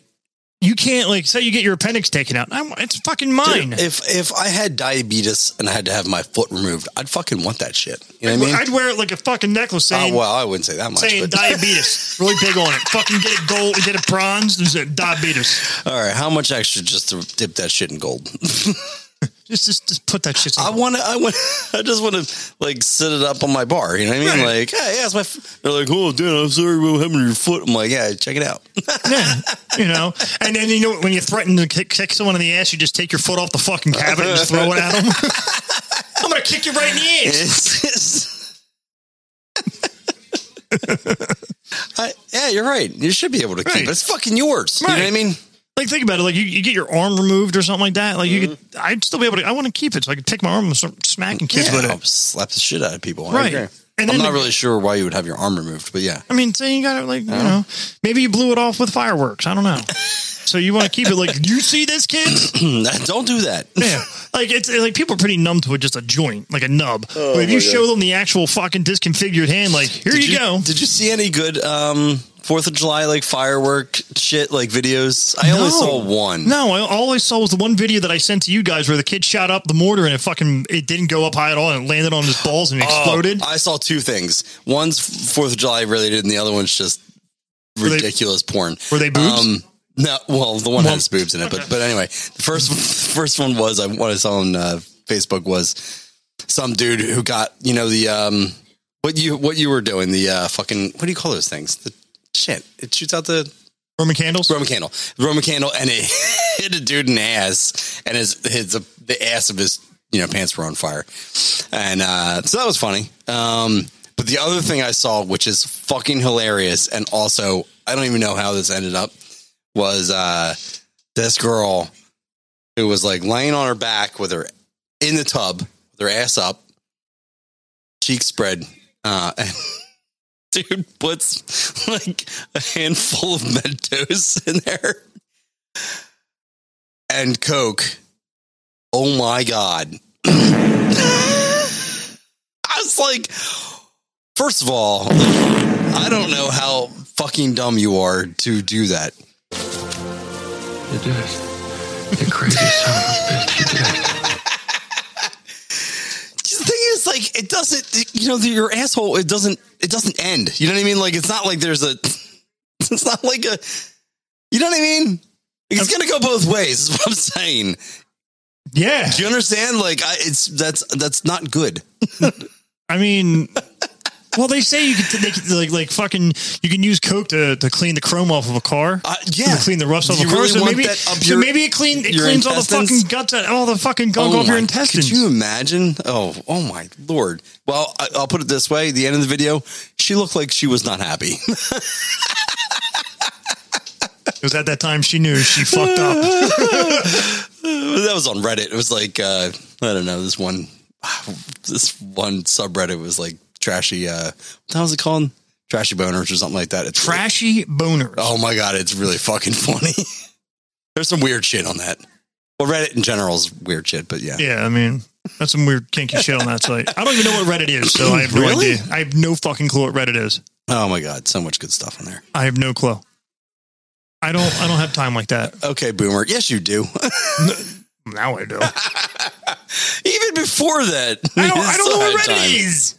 [SPEAKER 4] you can't. Like, say you get your appendix taken out, I'm, it's fucking mine.
[SPEAKER 5] Dude, if if I had diabetes and I had to have my foot removed, I'd fucking want that shit. You know what I mean?
[SPEAKER 4] would wear it like a fucking necklace saying,
[SPEAKER 5] Uh, well, I wouldn't say that much.
[SPEAKER 4] saying
[SPEAKER 5] but-
[SPEAKER 4] diabetes, really big on it. Fucking get it gold, get it bronze. There's a diabetes.
[SPEAKER 5] All right, how much extra just to dip that shit in gold?
[SPEAKER 4] Just, just, just put that shit.
[SPEAKER 5] I want to. I want. I just want to like sit it up on my bar. You know what I mean?
[SPEAKER 4] Right.
[SPEAKER 5] Like, hey, yeah, it's my. F-. They're like, oh, dude, I'm sorry about having your foot. I'm like, yeah, check it out.
[SPEAKER 4] you know. And then you know when you threaten to kick, kick someone in the ass, you just take your foot off the fucking cabinet and just throw it at them. I'm gonna kick you right in the ass.
[SPEAKER 5] It's- it's- I, yeah, you're right. You should be able to keep
[SPEAKER 4] Right.
[SPEAKER 5] it. It's fucking yours. You know what I
[SPEAKER 4] Right.
[SPEAKER 5] mean?
[SPEAKER 4] Like think about it. Like you, you get your arm removed or something like that. Like you could, I'd still be able to. I want to keep it, so I could take my arm and start smacking kids
[SPEAKER 5] Mm-hmm. Yeah,
[SPEAKER 4] with
[SPEAKER 5] I'll
[SPEAKER 4] it.
[SPEAKER 5] slap the shit out of people. I
[SPEAKER 4] Right.
[SPEAKER 5] agree.
[SPEAKER 4] And then
[SPEAKER 5] I'm not
[SPEAKER 4] the-
[SPEAKER 5] really Uh-huh. sure why you would have your arm removed, but yeah.
[SPEAKER 4] I mean, say you got it. Like you know, maybe you blew it off with fireworks. I don't know. So you want to keep it like you see this kids.
[SPEAKER 5] Don't do that.
[SPEAKER 4] Yeah, like it's like people are pretty numb to it, just a joint, like a nub. but if you show them the actual fucking disconfigured hand, like here
[SPEAKER 5] Did
[SPEAKER 4] you, go.
[SPEAKER 5] Did you see any good um Fourth of July like firework shit like videos? I only
[SPEAKER 4] No.
[SPEAKER 5] saw one.
[SPEAKER 4] No, I, all I saw was the one video that I sent to you guys where the kid shot up the mortar and it fucking it didn't go up high at all and it landed on his balls and it
[SPEAKER 5] Oh,
[SPEAKER 4] exploded.
[SPEAKER 5] I saw two things. One's Fourth of July related, and the other one's just
[SPEAKER 4] they-
[SPEAKER 5] ridiculous porn. Um,
[SPEAKER 4] were they boobs?
[SPEAKER 5] no, well, the one
[SPEAKER 4] Well-
[SPEAKER 5] has boobs in it, but but anyway, the first the first one was I what I saw on uh, Facebook was some dude who got you know the um what you what you were doing the uh, fucking what do you call those things the shit it shoots out the
[SPEAKER 4] Roman candles.
[SPEAKER 5] Roman candle. Roman candle, and it hit a dude in the ass, and his his the ass of his you know pants were on fire, and uh, so that was funny. Um, but the other thing I saw, which is fucking hilarious, and also I don't even know how this ended up, was uh, this girl who was like laying on her back with her in the tub, with her ass up, cheeks spread, uh, and dude puts like a handful of Mentos in there and Coke. Oh my God. I was like, first of all, I don't know how fucking dumb you are to do that.
[SPEAKER 10] You did it. You crazy son of a bitch. You did it.
[SPEAKER 5] The thing is, like, it doesn't, you know, your asshole, it doesn't, it doesn't end. You know what I mean? Like, it's not like there's a, it's not like a, you know what I mean? It's gonna go both ways. Is what I'm saying.
[SPEAKER 4] Yeah,
[SPEAKER 5] Do you understand? Like, I, it's that's that's not good.
[SPEAKER 4] I mean. Well, they say you can, they can like like fucking you can use coke to, to clean the chrome off of a car.
[SPEAKER 5] Uh, yeah,
[SPEAKER 4] to clean the rust off
[SPEAKER 5] You
[SPEAKER 4] a car.
[SPEAKER 5] really
[SPEAKER 4] so
[SPEAKER 5] want
[SPEAKER 4] maybe,
[SPEAKER 5] that up
[SPEAKER 4] so
[SPEAKER 5] your-
[SPEAKER 4] maybe it clean it
[SPEAKER 5] your
[SPEAKER 4] cleans all the
[SPEAKER 5] intestines? Oh
[SPEAKER 4] fucking guts, out, all the fucking gunk off your
[SPEAKER 5] my-
[SPEAKER 4] intestines.
[SPEAKER 5] Could you imagine? Oh, oh my lord. Well, I, I'll put it this way: the end of the video, she looked like she was not happy.
[SPEAKER 4] It was at that time she knew she fucked up.
[SPEAKER 5] that was on Reddit. It was like uh, I don't know this one, this one subreddit was like trashy. Uh, what was it called? Trashy boners or something like that. It's really-
[SPEAKER 4] Trashy boners.
[SPEAKER 5] oh my god, it's really fucking funny. There's some weird shit on that. Well, Reddit in general is weird shit, but yeah.
[SPEAKER 4] Yeah, I mean, that's some weird kinky shit on that site. I don't even know what Reddit is, so I have no
[SPEAKER 5] Really?
[SPEAKER 4] idea. I have no fucking clue what Reddit is.
[SPEAKER 5] Oh my god, so much good stuff on there.
[SPEAKER 4] I have no clue. I don't. I don't have time like that.
[SPEAKER 5] Okay, boomer. Yes, you do.
[SPEAKER 4] Now I do.
[SPEAKER 5] Even before that,
[SPEAKER 4] I don't. I don't know what Reddit
[SPEAKER 5] Time.
[SPEAKER 4] is.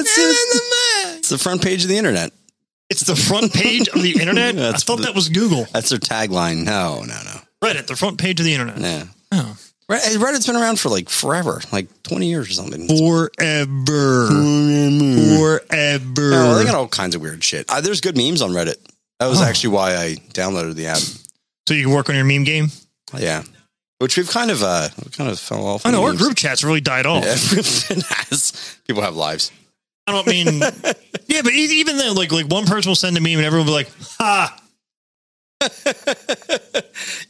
[SPEAKER 5] It's the- It's the front page of the internet.
[SPEAKER 4] It's the front page of the internet. I
[SPEAKER 5] That's
[SPEAKER 4] thought
[SPEAKER 5] the-
[SPEAKER 4] that was Google.
[SPEAKER 5] That's their tagline. No, no, no.
[SPEAKER 4] Reddit, the front page of the internet.
[SPEAKER 5] Yeah.
[SPEAKER 4] Oh.
[SPEAKER 5] Red- Reddit's been around for like forever, like 20 years or something.
[SPEAKER 4] Forever.
[SPEAKER 5] No,
[SPEAKER 4] Forever.
[SPEAKER 5] they got all kinds of weird shit. Uh, there's good memes on Reddit. That was
[SPEAKER 4] Oh.
[SPEAKER 5] actually why I downloaded the app.
[SPEAKER 4] so you can work on your meme game.
[SPEAKER 5] Yeah. Which we've kind of uh we kind of fell off.
[SPEAKER 4] I know
[SPEAKER 5] on
[SPEAKER 4] our
[SPEAKER 5] memes.
[SPEAKER 4] group chats really died off.
[SPEAKER 5] Yeah, it has. People have lives.
[SPEAKER 4] I don't mean. yeah, but e- even then, like like one person will send a meme and everyone will be like, "Ha."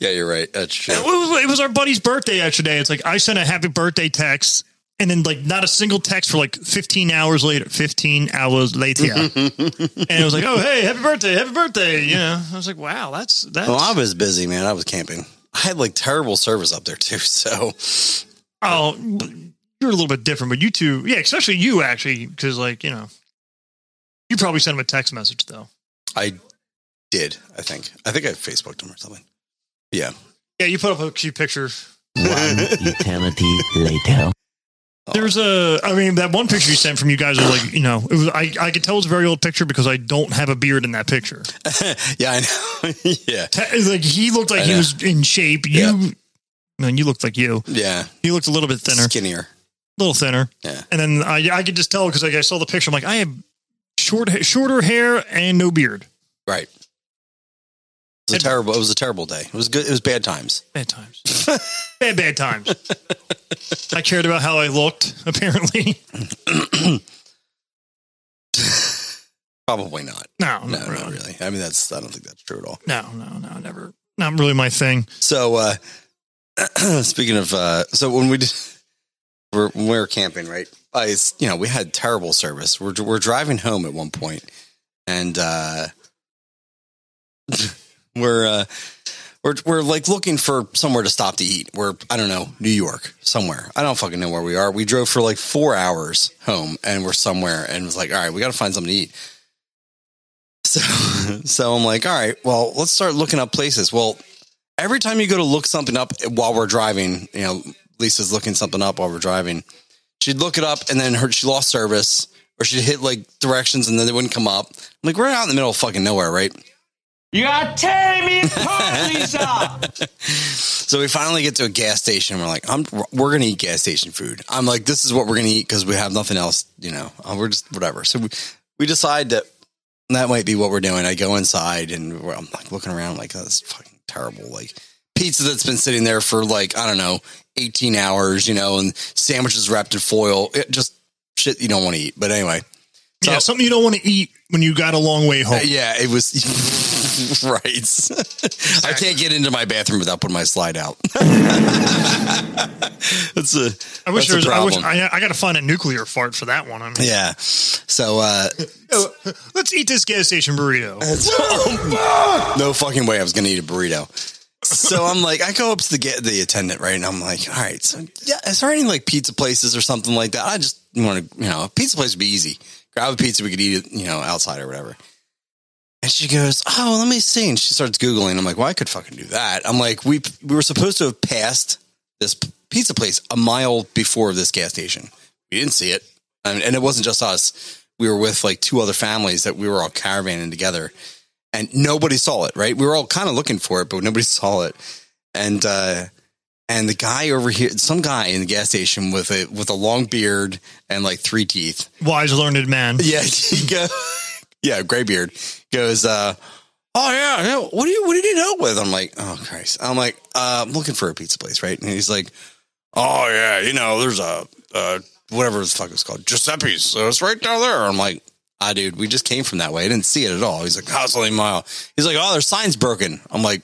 [SPEAKER 5] Yeah, you're right. That's true.
[SPEAKER 4] It was, it was our buddy's birthday yesterday. It's like I sent a happy birthday text, and then like not a single text for like 15 hours later. 15 hours later, and it was like, oh hey, happy birthday, happy birthday. You know, I was like, wow, that's that's.
[SPEAKER 5] Well, I was busy, man. I was camping. I had like terrible service up there too. So
[SPEAKER 4] Oh, you're a little bit different, but you two, yeah, especially you actually, because like you know, you probably sent him a text message though.
[SPEAKER 5] I did. I think. I think I Facebooked him or something. Yeah.
[SPEAKER 4] Yeah, you put up a cute picture.
[SPEAKER 11] Eternity later.
[SPEAKER 4] There's a, I mean, that one picture you sent from you guys was like, you know, it was, I, I could tell it's a very old picture because I don't have a beard in that picture.
[SPEAKER 5] yeah, I know. yeah.
[SPEAKER 4] That is, like he looked like
[SPEAKER 5] I
[SPEAKER 4] he
[SPEAKER 5] know.
[SPEAKER 4] was in shape. You, man, you looked like you.
[SPEAKER 5] Yeah.
[SPEAKER 4] You looked a little bit thinner,
[SPEAKER 5] Skinnier.
[SPEAKER 4] a little thinner.
[SPEAKER 5] Yeah.
[SPEAKER 4] And then I, I could just tell because like I saw the picture. I'm like, I have short, ha- shorter hair and no beard.
[SPEAKER 5] Right. It was a terrible. It was a terrible day. It was good. It was bad times.
[SPEAKER 4] Bad times. bad, bad times. I cared about how I looked. Apparently,
[SPEAKER 5] Probably not.
[SPEAKER 4] No,
[SPEAKER 5] Oh, no, not really. I mean, that's. I don't think that's true at all.
[SPEAKER 4] no, no, no, never. Not really my thing.
[SPEAKER 5] So, uh, speaking of, uh, so when we did, we're, when we were camping, right? I, it's, you know, we had terrible service. We're, we're driving home at one point and, uh, we're, uh, we're, we're like looking for somewhere to stop to eat. We're, I don't know, New York, somewhere. I don't fucking know where we are. We drove for like four hours home and we're somewhere and was like, all right, we got to find something to eat. So, so I'm like, all right, well, let's start looking up places. Well, every time you go to look something up while we're driving, you know, Lisa's looking something up while we're driving. She'd look it up and then her she lost service or she'd hit like directions and then they wouldn't come up. I'm like, we're out in the middle of fucking nowhere, right?
[SPEAKER 3] You are tearing me apart, Lisa.
[SPEAKER 5] So we finally get to a gas station. We're like, I'm, we're gonna eat gas station food. I'm like, this is what we're gonna eat because we have nothing else. You know, Uh, we're just whatever. So we, we decide that that might be what we're doing. I go inside and we're- I'm like looking around, like that's fucking terrible. Like pizza that's been sitting there for like I don't know, 18 hours. You know, and sandwiches wrapped in foil. It just shit you don't want to eat. But anyway, uh,
[SPEAKER 4] yeah, something you don't want to eat when you got a long way home.
[SPEAKER 5] yeah, it was right. I can't get into my bathroom without putting my slide out. that's a.
[SPEAKER 4] I wish
[SPEAKER 5] that's
[SPEAKER 4] there was.
[SPEAKER 5] A
[SPEAKER 4] I wish
[SPEAKER 5] problem.
[SPEAKER 4] I, I got to find a nuclear fart for that one. I mean,
[SPEAKER 5] yeah. So uh,
[SPEAKER 4] let's eat this gas station burrito.
[SPEAKER 5] no fucking way I was going to eat a burrito. So I'm like, I go up to the get the attendant, right? And I'm like, all right, so yeah, is there any like pizza places or something like that? I just want to, you know, a pizza place would be easy. Grab a pizza, we could eat it, you know, outside or whatever. And she goes, oh, let me see. And she starts googling. I'm like, well, I could fucking do that. I'm like, we we were supposed to have passed this p- pizza place a mile before this gas station. We didn't see it, and, and it wasn't just us. We were with like two other families that we were all caravanning together and nobody saw it. Right, we were all kind of looking for it, but nobody saw it. And uh, and the guy over here, some guy in the gas station with a with a long beard and like three teeth.
[SPEAKER 4] Wise learned man.
[SPEAKER 5] Yeah, he go, yeah, gray beard goes. Uh, oh yeah, yeah, what do you what do you need help with? I'm like, oh Christ, I'm like, uh, I'm looking for a pizza place, right? And he's like, oh yeah, you know, there's a uh, whatever the fuck it's called, Giuseppe's. So it's right down there. I'm like, ah, dude, we just came from that way. I didn't see it at all. He's like, oh, it's only a mile. He's like, oh, their sign's broken. I'm like,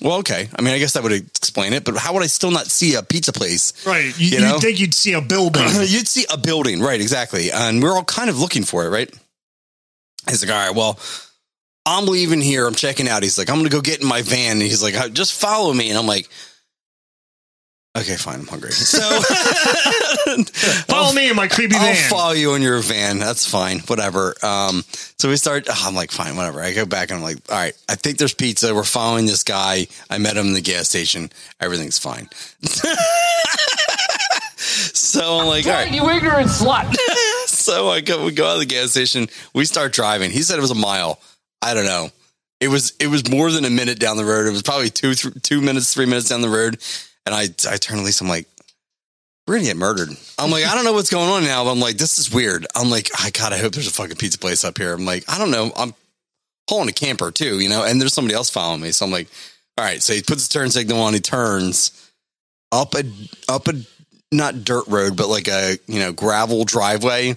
[SPEAKER 5] well, okay. I mean, I guess that would explain it, but how would I still not see a pizza place?
[SPEAKER 4] Right. You,
[SPEAKER 5] You
[SPEAKER 4] you'd
[SPEAKER 5] know?
[SPEAKER 4] think you'd see a building.
[SPEAKER 5] You'd see a building, right? Exactly. And we're all kind of looking for it, right? He's like, all right, well, I'm leaving here. I'm checking out. He's like, I'm going to go get in my van. And he's like, "Uh, just follow me. And I'm like, okay, fine. I'm hungry. So
[SPEAKER 4] Follow me in my creepy
[SPEAKER 5] I'll
[SPEAKER 4] van.
[SPEAKER 5] follow you in your van. That's fine. Whatever. Um, so we start. oh, I'm like, fine, whatever. I go back and I'm like, all right, I think there's pizza. We're following this guy. I met him in the gas station. Everything's fine. so I'm like, all right.
[SPEAKER 3] you ignorant slut.
[SPEAKER 5] so I go, we go out of the gas station. We start driving. He said it was a mile. I don't know. It was it was more than a minute down the road. It was probably two th- two minutes, three minutes down the road. And I I turn to Lisa. I'm like, we're gonna get murdered. I'm like, I don't know what's going on now. But I'm like, this is weird. I'm like, I God, I hope there's a fucking pizza place up here. I'm like, I don't know. I'm pulling a camper too, you know. And there's somebody else following me. So I'm like, all right. So he puts his turn signal on. He turns up a up a not dirt road, but like a you know gravel driveway.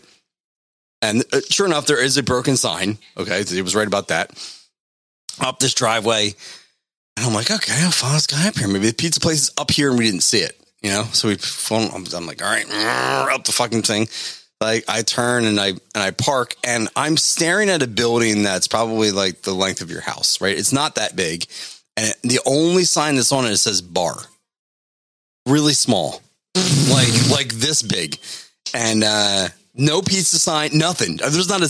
[SPEAKER 5] And uh, sure enough, there is a broken sign. Okay, he was right about that. Up this driveway, and I'm like, okay, I'll follow this guy up here. Maybe the pizza place is up here, and we didn't see it. You know, so we phone. I'm, I'm like, all right, up the fucking thing. Like I turn and I and I park, and I'm staring at a building that's probably like the length of your house. Right, it's not that big and it, the only sign that's on it says bar, really small, like like this big, and uh, no pizza sign, nothing. Uh, There's not a.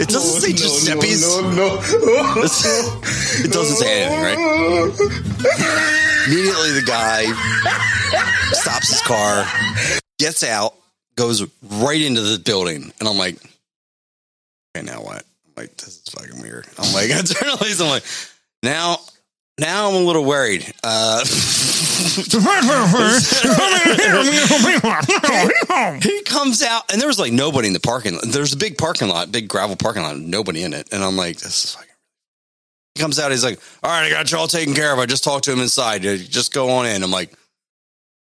[SPEAKER 5] It doesn't say Giuseppe's. it doesn't say anything, right? Immediately, the guy stops his car, gets out, goes right into the building, and I'm like, okay, now what? I'm like, this is fucking weird. I'm like, I turn on the lights, I'm like, now, now I'm a little worried. Uh, he comes out, and there was like nobody in the parking. lot. There's a big parking lot, big gravel parking lot, nobody in it, and I'm like, this is fucking. He comes out, he's like, all right, I got you all taken care of. I just talked to him inside. Uh, Just go on in. I'm like,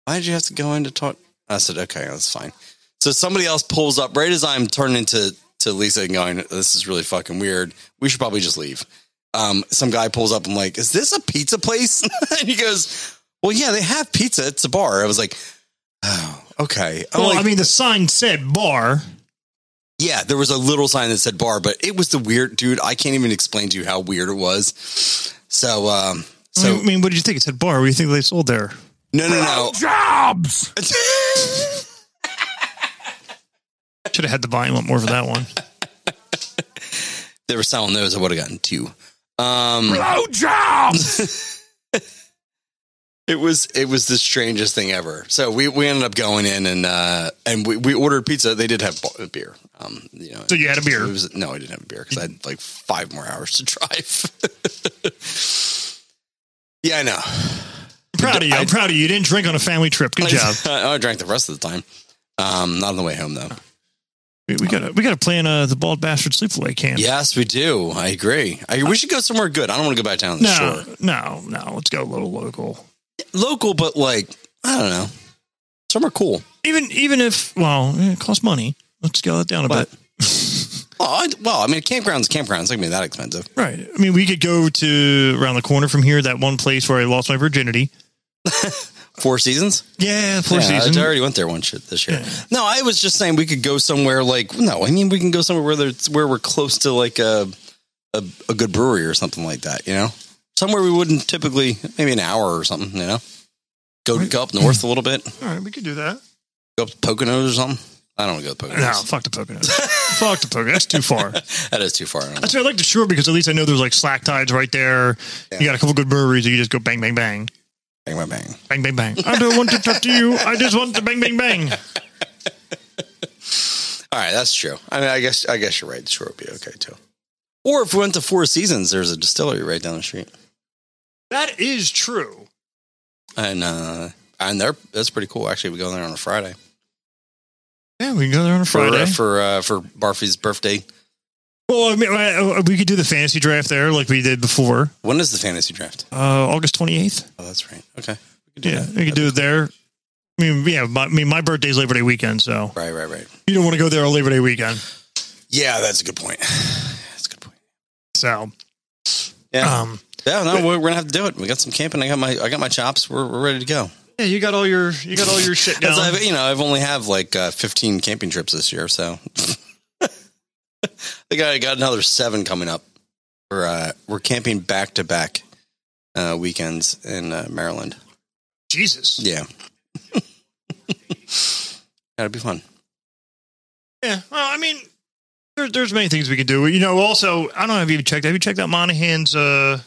[SPEAKER 5] why did you have to go in to talk? I said, okay, that's fine. So somebody else pulls up right as I'm turning to to Lisa and going, this is really fucking weird. We should probably just leave. Um, some guy pulls up. I'm like, is this a pizza place? and he goes, well, yeah, they have pizza. It's a bar. I was like, oh, okay. I'm
[SPEAKER 4] Well,
[SPEAKER 5] like,
[SPEAKER 4] I mean, the sign said bar.
[SPEAKER 5] yeah, there was a little sign that said bar, but it was the weird dude. I can't even explain to you how weird it was. So, um,
[SPEAKER 4] So, I
[SPEAKER 5] so
[SPEAKER 4] mean, what did you think? It said bar. What do you think they sold there?
[SPEAKER 5] no, no, no.
[SPEAKER 4] Jobs. Should have had the volume up more for that one.
[SPEAKER 5] they were selling those, I would have gotten two. Um, it was it was the strangest thing ever. So we, we ended up going in and uh, and we, we ordered pizza. They did have bo- beer. Um, you know,
[SPEAKER 4] So you had a beer?
[SPEAKER 5] It was- no, I didn't have a beer because I had like five more hours to drive. yeah, I know.
[SPEAKER 4] I'm proud of you. I'm proud of you. You didn't drink on a family trip. Good job.
[SPEAKER 5] I, drank the rest of the time. Um, not on the way home though.
[SPEAKER 4] We, we gotta we gotta plan uh, the bald bastard sleepaway camp.
[SPEAKER 5] Yes, we do. I agree. I, we should go somewhere good. I don't want to go back down to the
[SPEAKER 4] No,
[SPEAKER 5] shore.
[SPEAKER 4] no, no. Let's go a little local.
[SPEAKER 5] Local, but like I don't know, somewhere cool.
[SPEAKER 4] Even even if well, eh, it costs money. Let's scale it down a
[SPEAKER 5] But-
[SPEAKER 4] bit.
[SPEAKER 5] Well, I, well, I mean, campgrounds, campgrounds. It's not gonna be that expensive.
[SPEAKER 4] Right. I mean, we could go to around the corner from here. That one place where I lost my virginity.
[SPEAKER 5] Four seasons.
[SPEAKER 4] Yeah, Four
[SPEAKER 5] Yeah,
[SPEAKER 4] Seasons.
[SPEAKER 5] I already went there one shit this year. No, I was just saying we could go somewhere like no. I mean, we can go somewhere where there's where we're close to like a a, a good brewery or something like that. You know, somewhere we wouldn't typically maybe an hour or something. You know, go go up north a little bit.
[SPEAKER 4] All right, we could do that.
[SPEAKER 5] Go up to Poconos or something. I don't want to go to
[SPEAKER 4] No,
[SPEAKER 5] Poconos.
[SPEAKER 4] fuck the Poconos. fuck the Poconos. That's too far.
[SPEAKER 5] That is too far. I don't know.
[SPEAKER 4] That's why I like the shore because at least I know there's like slack tides right there. You got a couple good breweries that you just go bang, bang, bang.
[SPEAKER 5] Bang, bang, bang.
[SPEAKER 4] Bang, bang, bang. I don't want to talk to you. I just want the bang, bang, bang.
[SPEAKER 5] All right, that's true. I mean, I guess I guess you're right. The shore would be okay too. Or if we went to Four Seasons, there's a distillery right down the street,
[SPEAKER 4] That is true.
[SPEAKER 5] and uh, and they're that's pretty cool. Actually, we go there on a Friday.
[SPEAKER 4] Yeah, we can go there on a
[SPEAKER 5] for
[SPEAKER 4] Friday.
[SPEAKER 5] uh, for uh, for Barfi's birthday.
[SPEAKER 4] well, I mean, I- I- we could do the fantasy draft there like we did before.
[SPEAKER 5] When is the fantasy draft?
[SPEAKER 4] Uh, August 28th.
[SPEAKER 5] Oh, that's right. Okay.
[SPEAKER 4] Yeah, we could do it there. I mean, yeah, my, I mean, my birthday's Labor Day weekend, so
[SPEAKER 5] Right, right, right.
[SPEAKER 4] you don't want to go there on Labor Day weekend.
[SPEAKER 5] Yeah, that's a good point.
[SPEAKER 4] So,
[SPEAKER 5] Yeah,
[SPEAKER 4] um,
[SPEAKER 5] yeah. No, we're, we're gonna have to do it. We got some camping. I got my I got my chops. We're, we're ready to go.
[SPEAKER 4] yeah, you got all your you got all your shit down.
[SPEAKER 5] As I've, e- you know, I've only have like uh, 15 camping trips this year, so I think I got another seven coming up. We're uh, we're camping back to back uh, weekends in uh, Maryland.
[SPEAKER 4] Jesus.
[SPEAKER 5] Yeah, that'd be fun.
[SPEAKER 4] Yeah. Well, I mean, there, there's many things we could do. You know, also, I don't know if you've checked. Have you checked out Monahan's uh,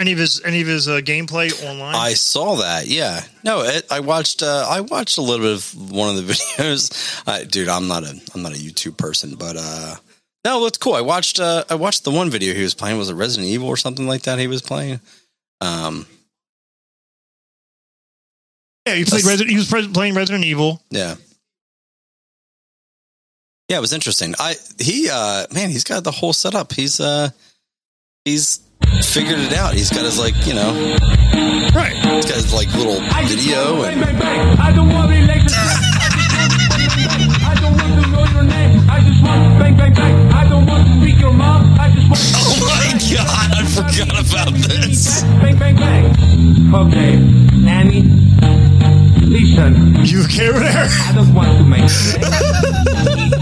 [SPEAKER 4] any of his any of his uh, gameplay online?
[SPEAKER 5] I saw that. Yeah. No, it, I watched. Uh, I watched a little bit of one of the videos. Uh, dude, I'm not a I'm not a YouTube person, but uh, no, it looked cool. I watched. Uh, I watched the one video he was playing was a Resident Evil or something like that. He was playing. Um.
[SPEAKER 4] yeah, he played Resident. He was pres- playing Resident Evil.
[SPEAKER 5] Yeah. Yeah, it was interesting. I he uh man, he's got the whole setup. He's uh he's figured it out. He's got his like, you know,
[SPEAKER 4] Right.
[SPEAKER 5] he's got his like little video and
[SPEAKER 3] I don't want electricity. I don't want to know your name. I just want bang bang bang. I don't want to speak your mom. I just want.
[SPEAKER 5] Oh my god, I forgot about this.
[SPEAKER 3] Bang bang bang. Okay, Nanny. Listen,
[SPEAKER 4] You okay over there?
[SPEAKER 3] I don't want to make.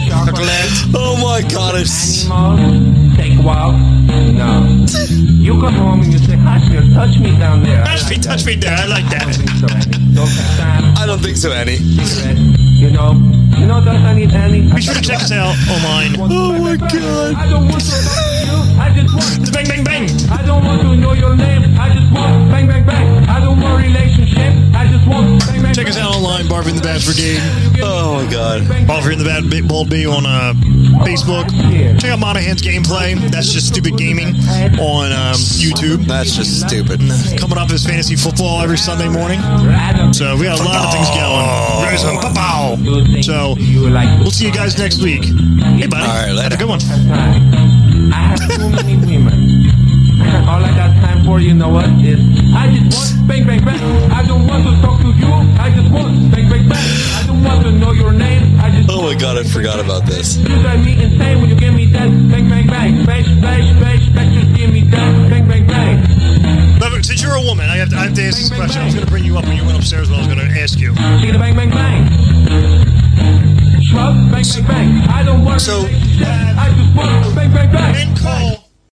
[SPEAKER 3] Chocolate.
[SPEAKER 5] Oh my god, it's
[SPEAKER 3] Animals. Take
[SPEAKER 12] wow. No. You go home and you say, "Hush, you'll touch me down there."
[SPEAKER 4] Touch me, touch me down. I like that.
[SPEAKER 5] I don't think so, Annie.
[SPEAKER 12] You know, you know, does I need any?
[SPEAKER 4] Be sure to check us out online.
[SPEAKER 12] Oh my god! I don't want to annoy you. I just want
[SPEAKER 4] bang, bang, bang.
[SPEAKER 12] I don't want to know your name. I just want bang, bang, bang. I don't want relationship. I just want bang, bang.
[SPEAKER 4] Check us out online, Barb in the Bad Brigade.
[SPEAKER 5] Oh my god.
[SPEAKER 4] Barb in the Bad B- Bold B on uh, Facebook. Check out Monahan's gameplay. That's just stupid gaming on um, YouTube.
[SPEAKER 5] That's just stupid.
[SPEAKER 4] Coming up is fantasy football every Sunday morning. So we got a lot of things going. Raise 'em, pow-pow. So we'll see you guys next week. Hey buddy.
[SPEAKER 5] All right,
[SPEAKER 4] Have a
[SPEAKER 5] later.
[SPEAKER 4] good one.
[SPEAKER 12] I have too many women. All I got time for, you know what, is I just want bang, bang, bang. I don't want to talk to you. I just want bang, bang, bang. I don't want to know your name. I just
[SPEAKER 5] Oh my god, I forgot about this.
[SPEAKER 12] you drive me insane when you give me that bang, bang, bang. Bash, bash, bash, bash. Just give me that bang, bang, bang.
[SPEAKER 4] Lover, Since you're a woman, I have to, I have to ask this question. I was going to bring you up when you went upstairs, but I was going to ask you.
[SPEAKER 12] Chicken bang, bang, bang. Shrub, bang, bang, bang. I don't want
[SPEAKER 4] So,
[SPEAKER 12] relationship. I just want bang, bang, bang.
[SPEAKER 4] Men call